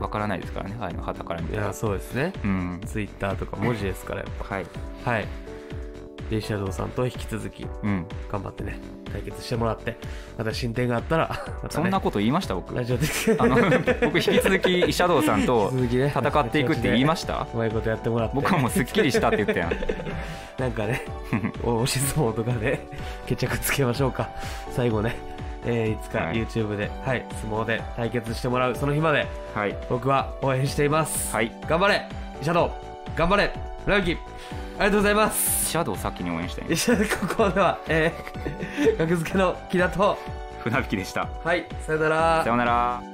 わからないですからねああいうの肌から見
い
た
や
ら
そうですね
うん
ツイッターとか文字ですからやっ
はい
ぱはいで石田堂さんと引き続き
うん
頑張ってね対決してもらってまた進展があったらまた、ね、
そんなこと言いました僕
ラ
あ
ジオで
[LAUGHS]
[LAUGHS]
の僕引き続きイシャドウさんと
続きね
戦っていくって言 [LAUGHS] いました
うまいことやってもらって
僕はもうすっきりしたって言ったやん
なんか
[LAUGHS]
ね、押し相撲とかで決着つけましょうか。最後ね、えーいつか
はい
YouTube で、はい、相撲で対決してもらう、その日まで
はい
僕は応援しています。
はい
頑張れ医者道頑張れ村木ありがとうございます
シャドウ先に応援したい
医者ここでは、えー、学付けの木田と、 [LAUGHS]
船引きでした
はい、さよなら
さようなら